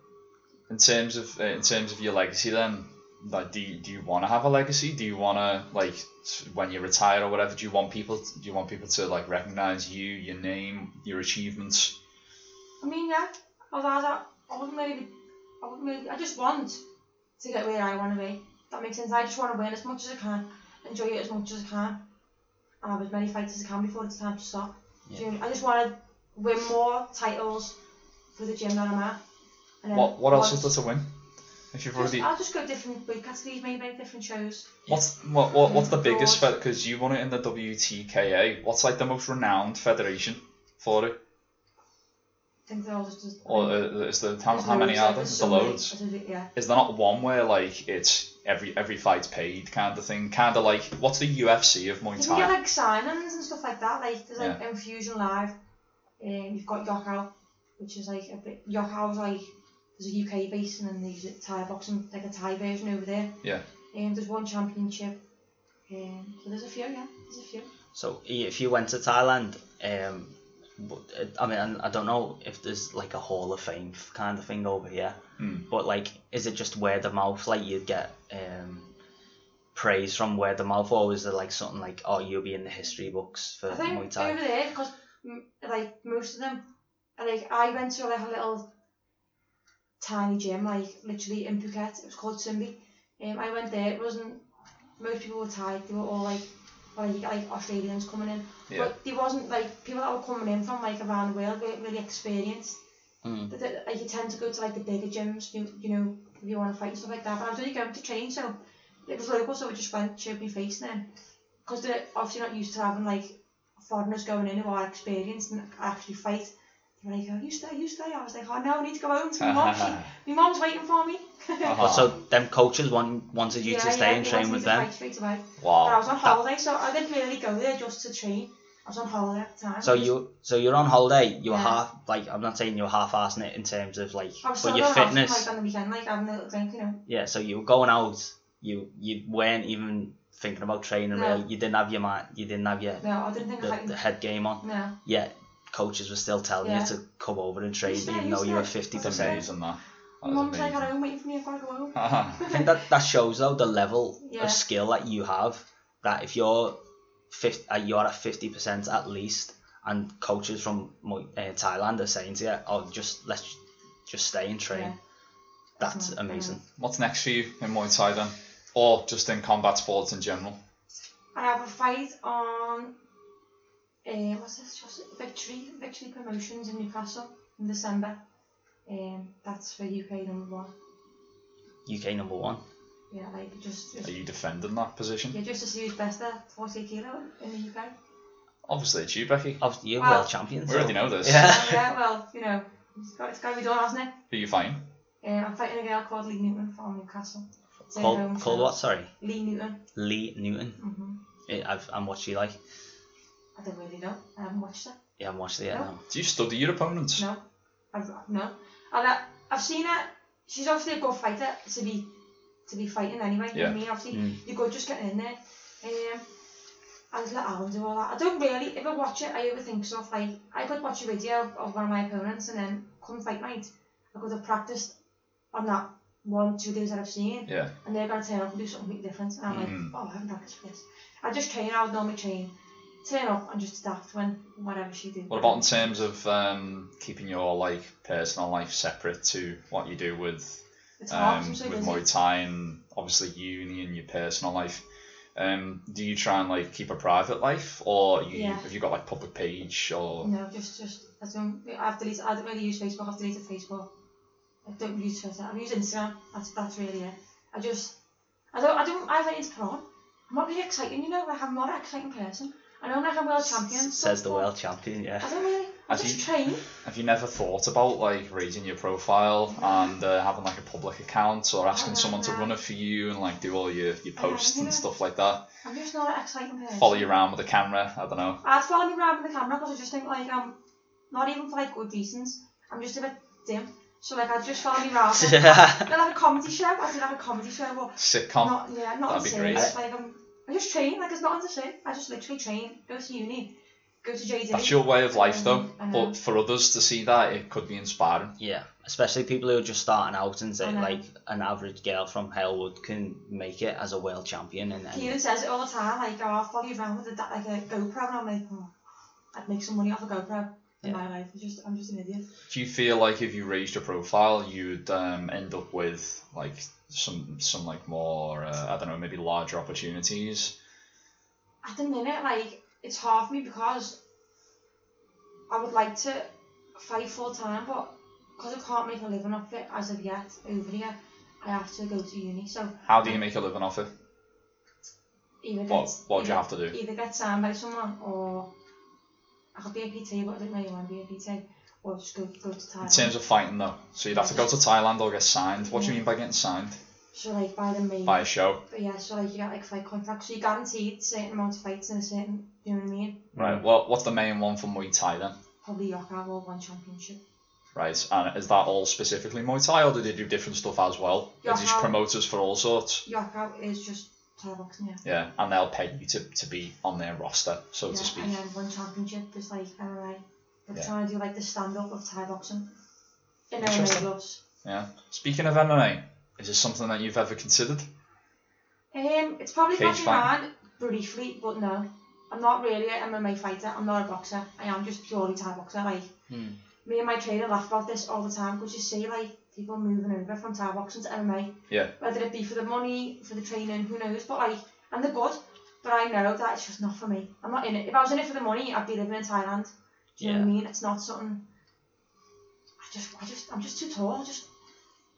Speaker 1: in terms of uh, in terms of your legacy then like do you, do you want to have a legacy do you want to like s- when you retire or whatever do you want people do you want people to like recognize you your name your achievements
Speaker 3: I mean, yeah, although I, I wouldn't really, be- I wouldn't really, I just want to get where I want to be. That makes sense. I just want to win as much as I can, enjoy it as much as I can, and have as many fights as I can before it's time to stop. Do you know what I mean? I just want to win more titles for the gym that I'm at. And then
Speaker 1: what what else
Speaker 3: once-
Speaker 1: is there to win if you've
Speaker 3: Just,
Speaker 1: already
Speaker 3: I'll just go different weight categories, maybe different shows.
Speaker 1: what's what, what what's the biggest
Speaker 3: Broad.
Speaker 1: because you won it in the WTKA what's like the most renowned federation for it
Speaker 3: I think they're all just. just
Speaker 1: or uh, is there how,
Speaker 3: Mm. there's
Speaker 1: how many
Speaker 3: loads,
Speaker 1: are there
Speaker 3: like, there's
Speaker 1: the
Speaker 3: so many-
Speaker 1: loads
Speaker 3: there's- Yeah.
Speaker 1: is there not one where like it's every every fight's paid kind of thing kind of like what's the UFC of Muay
Speaker 3: You
Speaker 1: Thai
Speaker 3: can get like signings and stuff like that. Like there's like
Speaker 1: Yeah.
Speaker 3: Infusion Live, and you've got Yokow, which is like a bit Yokow is like there's a UK base and then there's a Thai boxing like a Thai version over there.
Speaker 1: Yeah.
Speaker 3: And there's one championship. Um, so there's a few, yeah, there's a few.
Speaker 2: So i- if you went to Thailand, um, w- I mean, I- I don't know if there's like a Hall of Fame f- kind of thing over here,
Speaker 1: Hmm.
Speaker 2: but like, is it just word of mouth? Like you'd get um, praise from word of mouth, or is there like something like, oh, you'll be in the history books for
Speaker 3: I think
Speaker 2: Muay Thai?
Speaker 3: over there because e? like most of them, like I went to like a little tiny gym like literally in Phuket. It was called Simbi. Um, I went there. It wasn't most people were Thai. They were all like like like Australians coming in,
Speaker 1: Yeah.
Speaker 3: but there wasn't like people that were coming in from like around the world weren't really experienced.
Speaker 2: Mm.
Speaker 3: But the, like you tend to go to like the bigger gyms, you, you know, if you want to fight and stuff like that. But I was only going to train, so it was local, so I just went showed my face then. Because they're obviously not used to having like foreigners going in who are experienced and actually fight. They were like, oh, you stay, you stay. I was like, oh no, I need to go home to my mum. She- my mum's waiting for me.
Speaker 1: Uh-huh.
Speaker 2: But so them coaches want, wanted you to stay and
Speaker 3: they
Speaker 2: train
Speaker 3: wanted me
Speaker 2: with
Speaker 3: to
Speaker 2: them. Oh,
Speaker 3: fight straight away.
Speaker 1: Wow.
Speaker 3: But I was on
Speaker 1: That-
Speaker 3: holiday, so I didn't really go there just to train. I was on holiday at the time.
Speaker 2: So you so you're on holiday. You're
Speaker 3: Yeah.
Speaker 2: half like I'm not saying you're half assing it in terms of like,
Speaker 3: I was
Speaker 2: but
Speaker 3: still
Speaker 2: your
Speaker 3: going out
Speaker 2: fitness.
Speaker 3: like on the weekend, like having a little drink, you know.
Speaker 2: yeah, so you were going out, you you weren't even thinking about training
Speaker 3: No.
Speaker 2: really. You didn't have your mind, you didn't have your
Speaker 3: No, I didn't think I
Speaker 2: the, the
Speaker 3: fighting.
Speaker 2: head game on.
Speaker 3: No.
Speaker 2: Yet coaches were still telling
Speaker 3: Yeah.
Speaker 2: you to come over and train,
Speaker 3: You stay,
Speaker 2: even
Speaker 3: you
Speaker 2: though you were
Speaker 3: stay.
Speaker 2: fifty
Speaker 1: It's
Speaker 2: percent.
Speaker 1: amazing that. That is
Speaker 3: Mum's like
Speaker 1: amazing.
Speaker 3: at home waiting for me. I've got to go home.
Speaker 2: I think that, that shows though the level
Speaker 3: Yeah.
Speaker 2: of skill that you have. That if you're 50, uh, you're at fifty percent at least, and coaches from Mo- uh, Thailand are saying to you, "Oh, just let's just stay and train."
Speaker 3: Yeah.
Speaker 2: That's
Speaker 3: That's
Speaker 2: amazing.
Speaker 1: What's next for you in Muay Thai then? Or just in combat sports in general?
Speaker 3: I have a fight on. Uh, what's this? Just victory, victory promotions in Newcastle in December. Um, that's for UK number one.
Speaker 2: UK number one.
Speaker 3: Yeah, like just,
Speaker 1: Are
Speaker 3: just
Speaker 1: you defending that position?
Speaker 3: yeah, just to see who's best at 40 kilo in the UK.
Speaker 1: Obviously, it's you, Becky.
Speaker 2: Obviously, you're
Speaker 3: Wow.
Speaker 2: world champion.
Speaker 1: We
Speaker 2: so-
Speaker 1: already know this.
Speaker 2: Yeah.
Speaker 3: Oh, yeah, well, you know, it's got, it's got to be done, hasn't it?
Speaker 1: Who you fighting?
Speaker 3: Um, I'm fighting a girl called Lee Newton from Newcastle. They're home
Speaker 2: Called, called
Speaker 3: for-
Speaker 2: what? Sorry,
Speaker 3: Lee Newton.
Speaker 2: Lee Newton.
Speaker 3: hmm
Speaker 2: Yeah, I've, and what's she like?
Speaker 3: I don't really know. I haven't watched her.
Speaker 2: You haven't watched it yet.
Speaker 3: No.
Speaker 2: No.
Speaker 1: Do you study your opponents?
Speaker 3: No, I've no. I've, uh, I've seen her. She's obviously a good fighter to be to be fighting anyway. You know what I mean, obviously
Speaker 2: Mm.
Speaker 3: you're good just getting in there. Um, I just let Alan do all that. I don't really. If I watch it, I overthink stuff. Like I could watch a video of one of my opponents and then come fight night, I could have practiced on that one two days that I've seen,
Speaker 1: Yeah.
Speaker 3: and they're gonna turn up and do something completely different. And I'm
Speaker 1: Mhm.
Speaker 3: like, oh, I haven't practiced for this. I just train. I would normally train. Turn up and just daft when whatever she did.
Speaker 1: What about in terms of um, keeping your like personal life separate to what you do with
Speaker 3: It's hard,
Speaker 1: um,
Speaker 3: 'cause I'm so
Speaker 1: with
Speaker 3: busy.
Speaker 1: Muay Thai and obviously uni and your personal life? Um, do you try and like keep a private life, or you,
Speaker 3: Yeah.
Speaker 1: have you got like public page or?
Speaker 3: No, just just I don't. I've deleted. I don't really use Facebook. I've deleted Facebook. I don't use Twitter. I use Instagram. That's that's really it. I just I don't I don't I have anything to put on. I'm not really exciting, you know. Like I'm not an exciting person. I know I'm like a world champion.
Speaker 2: Says the
Speaker 3: but
Speaker 2: world champion. Yeah.
Speaker 3: I don't really. I
Speaker 1: Have
Speaker 3: just
Speaker 1: you-
Speaker 3: train.
Speaker 1: Have you never thought about like raising your profile and uh, having like a public account or asking someone to run it for you and like do all your, your posts and stuff like that?
Speaker 3: I'm just not an exciting person.
Speaker 1: Follow you around with a camera, I don't know.
Speaker 3: I'd follow me around with the camera because I just think like I'm not even for like good reasons. I'm just a bit dim. So like I'd just follow me around. They're like a comedy show. I did like a comedy show. But
Speaker 1: Sitcom.
Speaker 3: Not, yeah, not
Speaker 1: Oh, That'd be
Speaker 3: insane.
Speaker 1: great.
Speaker 3: It's Like, um, I just train, like, it's not insane. I just literally train, go to uni, go to JD.
Speaker 1: That's your way of life though.
Speaker 3: Mm, I know.
Speaker 1: But for others to see that it could be inspiring.
Speaker 2: Yeah, especially people who are just starting out and
Speaker 3: I
Speaker 2: say
Speaker 3: know.
Speaker 2: like an average girl from Halewood can make it as a world champion and then
Speaker 3: Keenan says it all the time, like, oh, I'll follow you around with a, da- like a GoPro, and I'm like, oh, I'd make some money off a GoPro
Speaker 2: Yeah.
Speaker 3: in my life. I'm just, I'm just an idiot.
Speaker 1: Do you feel like if you raised your profile you'd um, end up with like some some like more uh, I don't know, maybe larger opportunities?
Speaker 3: At the minute, like, it's hard for me because I would like to fight full time, but because I can't make a living off it as of yet, over here, I have to go to uni. So,
Speaker 1: How do you make a living off it?
Speaker 3: either
Speaker 1: What
Speaker 3: that's-
Speaker 1: what do you
Speaker 3: either-
Speaker 1: have to do?
Speaker 3: either get signed by someone or I could be a PT, but I don't really want to be a PT, or just go, go to
Speaker 1: In
Speaker 3: Thailand.
Speaker 1: terms of fighting though. So you'd have to go to Thailand or get signed. What do you mean by getting signed?
Speaker 3: so like by the main,
Speaker 1: By a show.
Speaker 3: but yeah, so like you get like fight contracts, so you're guaranteed certain amount of fights in a certain, you know what I mean?
Speaker 1: Right. Well, what's the main one for Muay Thai then?
Speaker 3: Probably Yorker World One Championship.
Speaker 1: Right. And is that all specifically Muay Thai, or do they do different stuff as well? They
Speaker 3: Yeah,
Speaker 1: just
Speaker 3: how-
Speaker 1: promoters for all sorts.
Speaker 3: Yorker is just Thai boxing, yeah.
Speaker 1: Yeah, and they'll pay you to, to be on their roster, so
Speaker 3: yeah
Speaker 1: to speak.
Speaker 3: And then One Championship is like MMA. They're
Speaker 1: Yeah.
Speaker 3: trying to do like the stand up of Thai boxing. In MMA
Speaker 1: Interesting.
Speaker 3: gloves.
Speaker 1: Yeah. Speaking of MMA, is this something that you've ever considered?
Speaker 3: Um, it's probably
Speaker 1: Cage
Speaker 3: crossed my mind briefly, but no. I'm not really an MMA fighter. I'm not a boxer. I am just purely Thai boxer. Like
Speaker 2: Hmm.
Speaker 3: me and my trainer laugh about this all the time because you see like people moving over from Thai boxing to MMA.
Speaker 1: Yeah.
Speaker 3: Whether it be for the money, for the training, who knows? But like, and they're good. But I know that it's just not for me. I'm not in it. If I was in it for the money, I'd be living in Thailand. Do you know what I mean? It's not something. I just, I just, I'm just too tall. I just,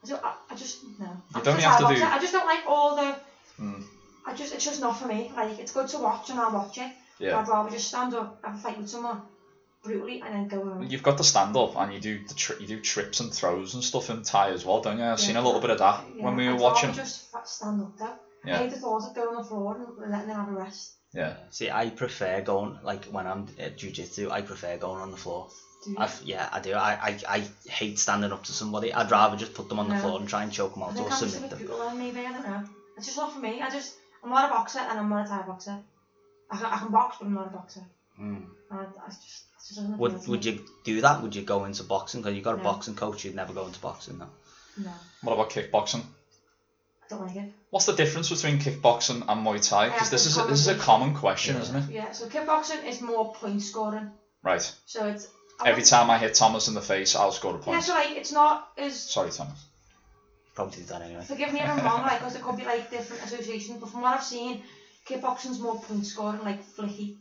Speaker 3: I, don't, I, I just no. I'm
Speaker 1: don't
Speaker 3: just a
Speaker 1: have to
Speaker 3: Thai
Speaker 1: do-
Speaker 3: boxer. I just don't like all the.
Speaker 1: Mm.
Speaker 3: I just it's just not for me. Like it's good to watch and I'll watch it.
Speaker 1: Yeah.
Speaker 3: I'd rather just stand up and fight with someone brutally and then go home.
Speaker 1: You've got the stand up, and you do the tri- you do trips and throws and stuff in Thai as well, don't you? I've seen a
Speaker 3: Yeah.
Speaker 1: little bit of that
Speaker 3: Yeah,
Speaker 1: when we were
Speaker 3: I'd
Speaker 1: watching.
Speaker 3: Rather just fa- stand up though.
Speaker 1: Yeah.
Speaker 3: I hate the thought of going on the floor and letting them have a rest.
Speaker 1: Yeah.
Speaker 2: See, I prefer going like when I'm at jujitsu. I prefer going on the floor.
Speaker 3: Do you?
Speaker 2: i yeah, I do. I, I I hate standing up to somebody. I'd rather just put them on the
Speaker 3: No.
Speaker 2: floor and try and choke them
Speaker 3: I
Speaker 2: out
Speaker 3: think
Speaker 2: or
Speaker 3: I'm just a
Speaker 2: submit
Speaker 3: bit
Speaker 2: them.
Speaker 3: brutal then maybe, I don't know. It's just not for me. I just I'm not a boxer and I'm not a Thai boxer. I can, I can box but I'm not a boxer.
Speaker 2: Mm.
Speaker 3: And I, I just that's just doesn't appeal
Speaker 2: Would
Speaker 3: to
Speaker 2: would
Speaker 3: me.
Speaker 2: you do that? Would you go into boxing? Because you got a
Speaker 3: No.
Speaker 2: boxing coach. You'd never go into boxing though.
Speaker 3: No,
Speaker 1: What about kickboxing?
Speaker 3: I don't like it.
Speaker 1: What's the difference between kickboxing and Muay Thai? Because this is a, this is a common question, isn't it?
Speaker 3: Yeah, so kickboxing is more point scoring.
Speaker 1: Right.
Speaker 3: So it's I
Speaker 1: Every
Speaker 3: wouldn't-
Speaker 1: time I hit Thomas in the face, I'll score a
Speaker 3: Yeah,
Speaker 1: point.
Speaker 3: so like it's not as
Speaker 1: Sorry, Thomas.
Speaker 2: Probably did that anyway.
Speaker 3: forgive me if I'm wrong, like because there could be like different associations, but from what I've seen, kickboxing's more point scoring, like flicky.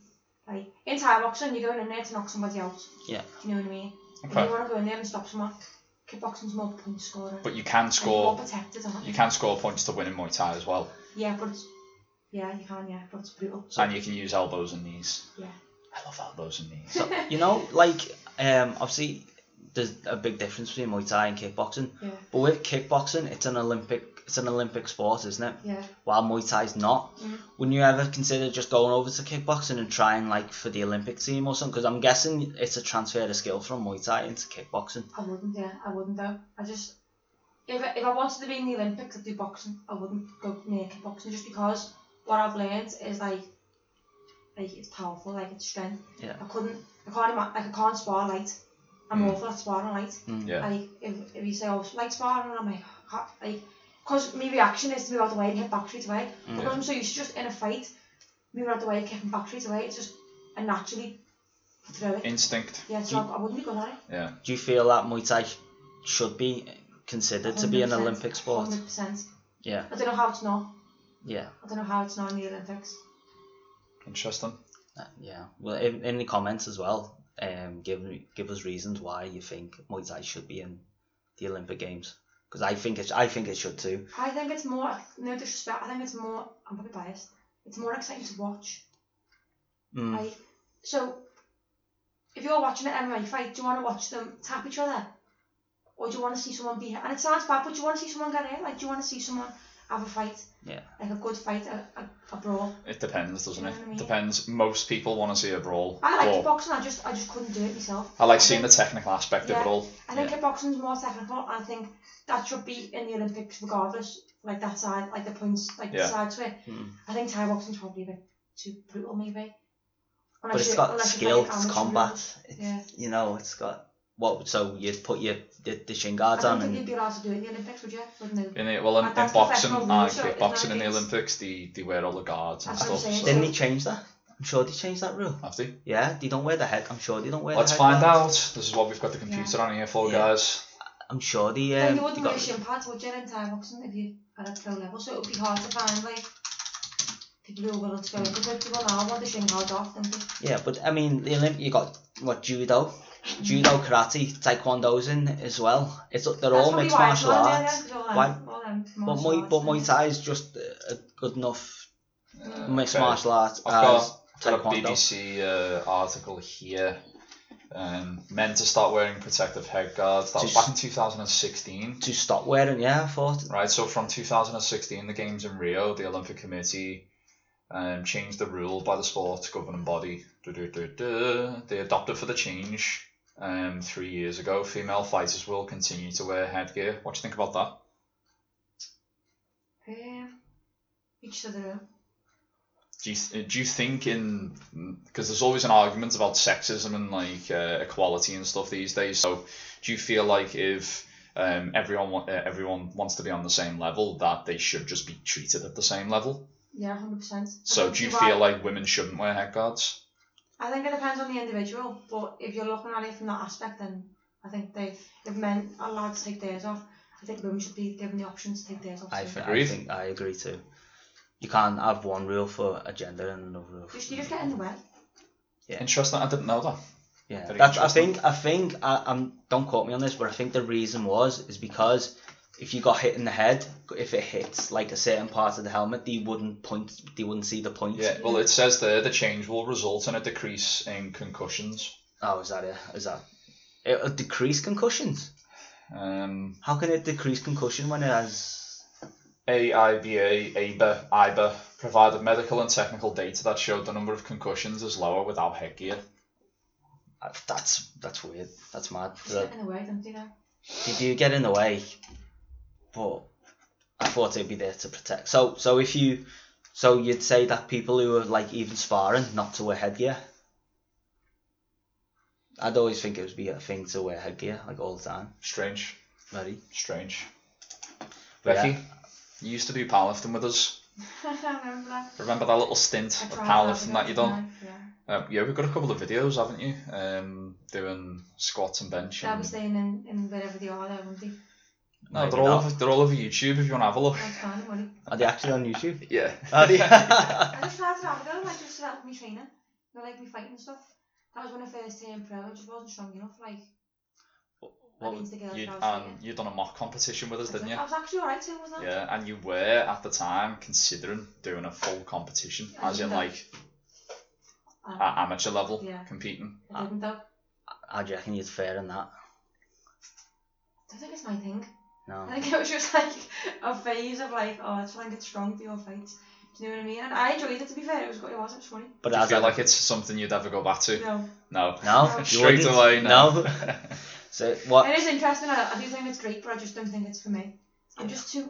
Speaker 3: Like in Thai boxing, you're going in there to knock somebody out.
Speaker 2: Yeah.
Speaker 3: Do you know what I mean? If
Speaker 1: Okay.
Speaker 3: you want to go in there and stop someone, kickboxing's more point scoring.
Speaker 1: But you can
Speaker 3: And you're more
Speaker 1: score
Speaker 3: protected, aren't
Speaker 1: you can score points to win in Muay Thai as well,
Speaker 3: Yeah, but it's, yeah, you can, yeah, but it's brutal.
Speaker 1: and you can use elbows and knees.
Speaker 3: Yeah.
Speaker 1: I love elbows and knees.
Speaker 2: So, you know, like, um, obviously, there's a big difference between Muay Thai and kickboxing.
Speaker 3: Yeah,
Speaker 2: But with kickboxing, it's an Olympic, it's an Olympic sport, isn't it?
Speaker 3: yeah.
Speaker 2: While Muay Thai's not.
Speaker 3: Mm.
Speaker 2: Wouldn't you ever consider just going over to kickboxing and trying like for the Olympic team or something? Because I'm guessing it's a transfer of skill from Muay Thai into kickboxing.
Speaker 3: I wouldn't, yeah, I wouldn't though. I just, if I, if I wanted to be in the Olympics, I'd do boxing. I wouldn't go near kickboxing just because what I've learned is like, like it's powerful, like it's strength.
Speaker 2: Yeah.
Speaker 3: I couldn't, I can't, ima- like I can't spar light. I'm
Speaker 1: Mm.
Speaker 3: awful at sparring light.
Speaker 1: Yeah.
Speaker 3: Like if, if you say, oh, light sparring, I'm like, "Ha-" like, cause my reaction is to move out the way and hit back straight away.
Speaker 2: Mm.
Speaker 3: Because I'm so used to just in a fight, moving out the way, kicking back straight away. It's just I naturally throw it.
Speaker 1: Instinct.
Speaker 3: Yeah, so I, I wouldn't be good at it.
Speaker 1: Yeah.
Speaker 2: Do you feel that Muay Thai should be considered to be an
Speaker 3: 100%,
Speaker 2: Olympic sport?
Speaker 3: 100%.
Speaker 2: Yeah,
Speaker 3: I don't know how it's not.
Speaker 2: yeah,
Speaker 3: I don't know how it's not in the Olympics.
Speaker 1: Interesting.
Speaker 2: uh, yeah. Well, in, in the comments as well, um, give me- give us reasons why you think Muay Thai should be in the Olympic Games. Because I think it's, I think it should too.
Speaker 3: I think it's more, no disrespect, I think it's more, I'm probably biased, it's more exciting to watch.
Speaker 2: Mm.
Speaker 3: Like, so, if you're watching an MMA fight, do you want to watch them tap each other? Or do you want to see someone be hit? And it sounds bad, but do you want to see someone get hit? Like, do you want to see someone have a fight?
Speaker 2: Yeah.
Speaker 3: Like a good fight, a, a, a brawl.
Speaker 1: It depends, doesn't
Speaker 3: You
Speaker 1: it?
Speaker 3: know what I mean?
Speaker 1: Depends. Most people want to see a brawl.
Speaker 3: I liked
Speaker 1: or-
Speaker 3: boxing, I just I just couldn't do it myself.
Speaker 1: I like seeing the technical aspect of
Speaker 3: Yeah.
Speaker 1: it all.
Speaker 3: I think kickboxing's more technical. and I think that should be in the Olympics regardless. Like that side, like the points, like
Speaker 1: Yeah.
Speaker 3: the side to it.
Speaker 2: Mm.
Speaker 3: I think Thai boxing's probably a bit too brutal, maybe. Unless
Speaker 2: but it's
Speaker 3: you-
Speaker 2: got
Speaker 3: unless you're
Speaker 2: skill,
Speaker 3: fighting
Speaker 2: it's
Speaker 3: amateur level.
Speaker 2: combat. It's,
Speaker 3: Yeah.
Speaker 2: You know, it's got what? So you'd put your the, the shin
Speaker 3: I
Speaker 2: guards
Speaker 3: don't
Speaker 2: on
Speaker 3: think
Speaker 2: and
Speaker 3: you'd be allowed to do it in the Olympics, would you? Wouldn't you?
Speaker 1: In the, well, in,
Speaker 3: And
Speaker 1: in
Speaker 3: that's
Speaker 1: boxing and
Speaker 3: professional rules, so it's
Speaker 1: kickboxing
Speaker 3: not
Speaker 1: in the
Speaker 3: against-
Speaker 1: Olympics, they, they wear all the guards and
Speaker 3: That's what I'm
Speaker 1: stuff. So.
Speaker 3: saying,
Speaker 2: Didn't he change that? I'm sure they changed that rule.
Speaker 1: Have they?
Speaker 2: Yeah, they don't wear the head. I'm sure they don't wear.
Speaker 1: Let's
Speaker 2: the
Speaker 1: find
Speaker 2: headbands.
Speaker 1: out. This is what we've got the computer on here for,
Speaker 2: Yeah.
Speaker 1: guys.
Speaker 2: I'm sure they.
Speaker 3: Then
Speaker 2: Um,
Speaker 3: you
Speaker 2: they
Speaker 3: wouldn't
Speaker 2: got-
Speaker 3: wear shin pads, would you, in Thai boxing if you at a pro level? So it would be hard to find like people who are willing to go. Because like, people now want the shin guards off, don't they?
Speaker 2: Yeah, but I mean, the Olympic. You got what judo, judo, karate, taekwondo's in as well. It's they're all
Speaker 3: probably
Speaker 2: mixed
Speaker 3: why
Speaker 2: martial
Speaker 3: it's not in there,
Speaker 2: arts.
Speaker 3: then, 'cause all them-
Speaker 2: Why-
Speaker 3: all them
Speaker 2: But
Speaker 3: martial
Speaker 2: Muay,
Speaker 3: arts
Speaker 2: but Muay
Speaker 3: things.
Speaker 2: Thai is just a, a good enough
Speaker 1: Uh,
Speaker 2: mixed
Speaker 1: okay.
Speaker 2: martial arts
Speaker 1: I've got-
Speaker 2: as
Speaker 1: Got a
Speaker 2: taekwondo.
Speaker 1: BBC uh, article here. Um, men to start wearing protective head guards. That was
Speaker 2: Just-
Speaker 1: back in 2016.
Speaker 2: To stop wearing, yeah, I thought.
Speaker 1: Right, so from 2016, the Games in Rio, the Olympic Committee um, changed the rule by the sport's governing body. Du-du-du-du. They adopted for the change um, three years ago. Female fighters will continue to wear headgear. What do you think about that?
Speaker 3: Um, each to their own.
Speaker 1: Do you, th- do you think in because there's always an argument about sexism and like uh, equality and stuff these days. So do you feel like if um, everyone wa- uh, everyone wants to be on the same level that they should just be treated at the same level?
Speaker 3: Yeah, hundred percent.
Speaker 1: So do you feel like women shouldn't wear head guards?
Speaker 3: I think it depends on the individual, but if you're looking at it from that aspect, then I think they, if men are allowed to take theirs off, I think women should be given the option to take theirs off.
Speaker 2: I,
Speaker 3: too.
Speaker 2: th- I
Speaker 1: Agreed.
Speaker 2: think I agree too. You can't have one rule for a gender and another rule. For
Speaker 3: Just you just get in the way.
Speaker 1: Interesting. I didn't know that.
Speaker 2: Yeah,
Speaker 1: Very
Speaker 2: that's. I
Speaker 1: interesting.
Speaker 2: think. I think. I, I'm. Don't quote me on this, but I think the reason was is because if you got hit in the head, if it hits like a certain part of the helmet, they wouldn't point. They wouldn't see the point.
Speaker 1: Yeah. Well, it says there the change will result in a decrease in concussions.
Speaker 2: Oh, is that it? Is that? It'll decrease concussions.
Speaker 1: Um,
Speaker 2: How can it decrease concussion when it has?
Speaker 1: AIBA, AIBA, IBA E provided medical and technical data that showed the number of concussions is lower without headgear.
Speaker 2: uh, That's that's weird. That's mad.
Speaker 3: Just get in the way, don't you know?
Speaker 2: They do get in the way, but I thought it'd be there to protect. So so if you, so you'd say that people who are like even sparring not to wear headgear. I'd always think it would be a thing to wear headgear like all the time.
Speaker 1: Strange.
Speaker 2: Very.
Speaker 1: Strange. Becky, you used to do powerlifting with us.
Speaker 3: I remember that.
Speaker 1: Remember that little stint
Speaker 3: I
Speaker 1: of
Speaker 3: tried that
Speaker 1: powerlifting that you done?
Speaker 3: one time, Yeah.
Speaker 1: Uh, yeah, we've got a couple of videos, haven't you? Um, doing squats and bench.
Speaker 3: They'll be
Speaker 1: And...
Speaker 3: staying in, in wherever they are, though, won't they?
Speaker 1: No,
Speaker 2: Maybe
Speaker 1: they're all
Speaker 2: not.
Speaker 1: over, they're all over YouTube if you want to have a look.
Speaker 3: That's fine, won't it?
Speaker 2: Are they actually on YouTube?
Speaker 1: Yeah.
Speaker 2: Are they?
Speaker 3: I just tried to have a go, like, just to help me training. You know, like, me fighting and stuff. That was when I first turned pro, I just wasn't strong enough, like,
Speaker 2: What
Speaker 3: that means the girls
Speaker 1: you
Speaker 3: I was
Speaker 1: um,
Speaker 3: fighting.
Speaker 1: you done a mock competition with us, didn't you?
Speaker 3: I was actually alright too, wasn't I?
Speaker 1: Yeah, and you were at the time considering doing a full competition,
Speaker 3: I
Speaker 1: as in
Speaker 3: didn't.
Speaker 1: like
Speaker 3: Um,
Speaker 1: at amateur level
Speaker 3: Yeah.
Speaker 1: competing.
Speaker 3: I didn't, though. I
Speaker 2: How do you reckon you'd fare in that?
Speaker 3: don't think it's my thing.
Speaker 2: No.
Speaker 3: I think it was just like a phase of like, oh, let's try and get strong for your fights. Do you know what I mean? And I enjoyed it to be fair, it was good, it was, it was funny.
Speaker 2: But
Speaker 1: Do you
Speaker 2: as
Speaker 1: feel
Speaker 2: I-
Speaker 1: like it's something you'd ever go back to?
Speaker 3: No.
Speaker 1: No.
Speaker 2: No, you
Speaker 1: Straight
Speaker 2: wouldn't.
Speaker 1: away, no.
Speaker 2: So what?
Speaker 3: It is interesting, I, I do think it's great, but I just don't think it's for me. I'm just too,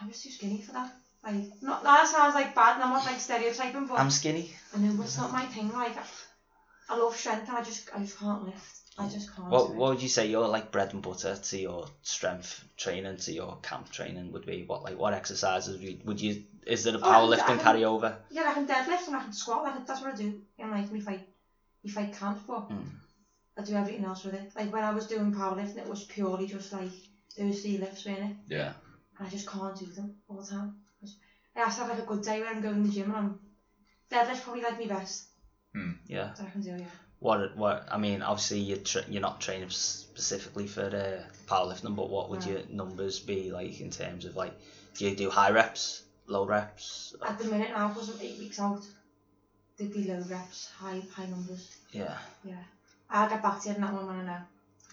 Speaker 3: I'm just too skinny for that. Like, not, that sounds like bad and I'm not like stereotyping, but
Speaker 2: I'm skinny.
Speaker 3: I know, but it's not my thing. Like, I, I love strength and I just, I just can't lift. I just can't.
Speaker 2: What
Speaker 3: do it.
Speaker 2: What would you say your like bread and butter to your strength training to your camp training would be? What like what exercises would you? Would you is there a
Speaker 3: Oh, I
Speaker 2: powerlifting
Speaker 3: can- I can-
Speaker 2: carryover?
Speaker 3: Yeah, I can deadlift and I can squat. Like, that's what I do in like me fight, me fight camps, but
Speaker 2: Mm.
Speaker 3: I do everything else with it. Like when I was doing powerlifting, it was purely just like those three lifts, weren't it?
Speaker 1: Yeah.
Speaker 3: And I just can't do them all the time. I just- I have to have like a good day when I'm going to the gym and I'm deadlift probably like my best
Speaker 2: Yeah.
Speaker 3: that I can do. Yeah.
Speaker 2: What What I mean, obviously you tra- you're not training specifically for the powerlifting, but what would
Speaker 3: No.
Speaker 2: your numbers be like in terms of like? Do you do high reps, low reps?
Speaker 3: At the minute now, because I'm eight weeks out, they'd be low reps, high high numbers.
Speaker 2: Yeah.
Speaker 3: Yeah. I'll get back to you on that one when I know.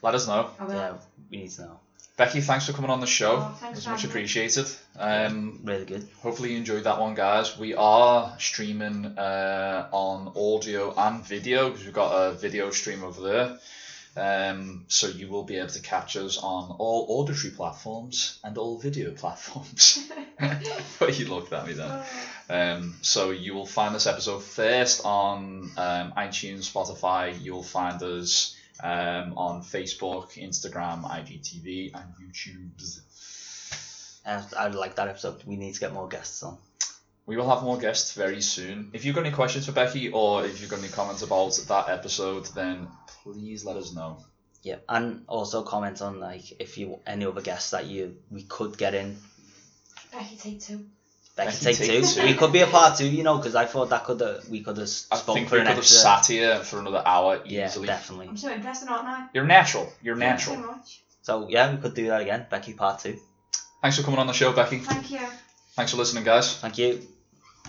Speaker 1: Let us know.
Speaker 3: I will.
Speaker 2: Yeah. We need to know.
Speaker 1: Becky, thanks for coming on the show.
Speaker 3: Oh, thanks
Speaker 1: it's
Speaker 3: for
Speaker 1: much
Speaker 3: having me.
Speaker 1: appreciated. Um,
Speaker 2: Really good.
Speaker 1: hopefully you enjoyed that one, guys. We are streaming uh, on audio and video because we've got a video stream over there. Um, so you will be able to catch us on all auditory platforms and all video platforms. but you looked at me then. Um, so you will find this episode first on um, iTunes, Spotify. You'll find us um, on Facebook, Instagram, IGTV, and YouTube.
Speaker 2: And I like that episode. We need to get more guests on.
Speaker 1: We will have more guests very soon. If you've got any questions for Becky or if you've got any comments about that episode, then please let us know.
Speaker 2: Yeah, and also comment on like if you any other guests that you we could get in.
Speaker 3: Becky, take two.
Speaker 2: Becky
Speaker 1: Becky,
Speaker 2: take,
Speaker 1: take
Speaker 2: two.
Speaker 1: two.
Speaker 2: We could be a part two, you know, because I thought that could uh, we could have
Speaker 1: I
Speaker 2: spoken
Speaker 1: think
Speaker 2: for
Speaker 1: we
Speaker 2: an
Speaker 1: could have
Speaker 2: extra.
Speaker 1: sat here for another hour
Speaker 2: yeah,
Speaker 1: easily.
Speaker 2: definitely.
Speaker 3: I'm so interested, aren't I?
Speaker 1: You're natural. You're
Speaker 2: Yeah.
Speaker 3: Thank you
Speaker 1: natural.
Speaker 3: so much.
Speaker 2: So yeah, we could do that again. Becky part two.
Speaker 1: Thanks for coming on the show, Becky.
Speaker 3: Thank you.
Speaker 1: Thanks for listening, guys.
Speaker 2: Thank you.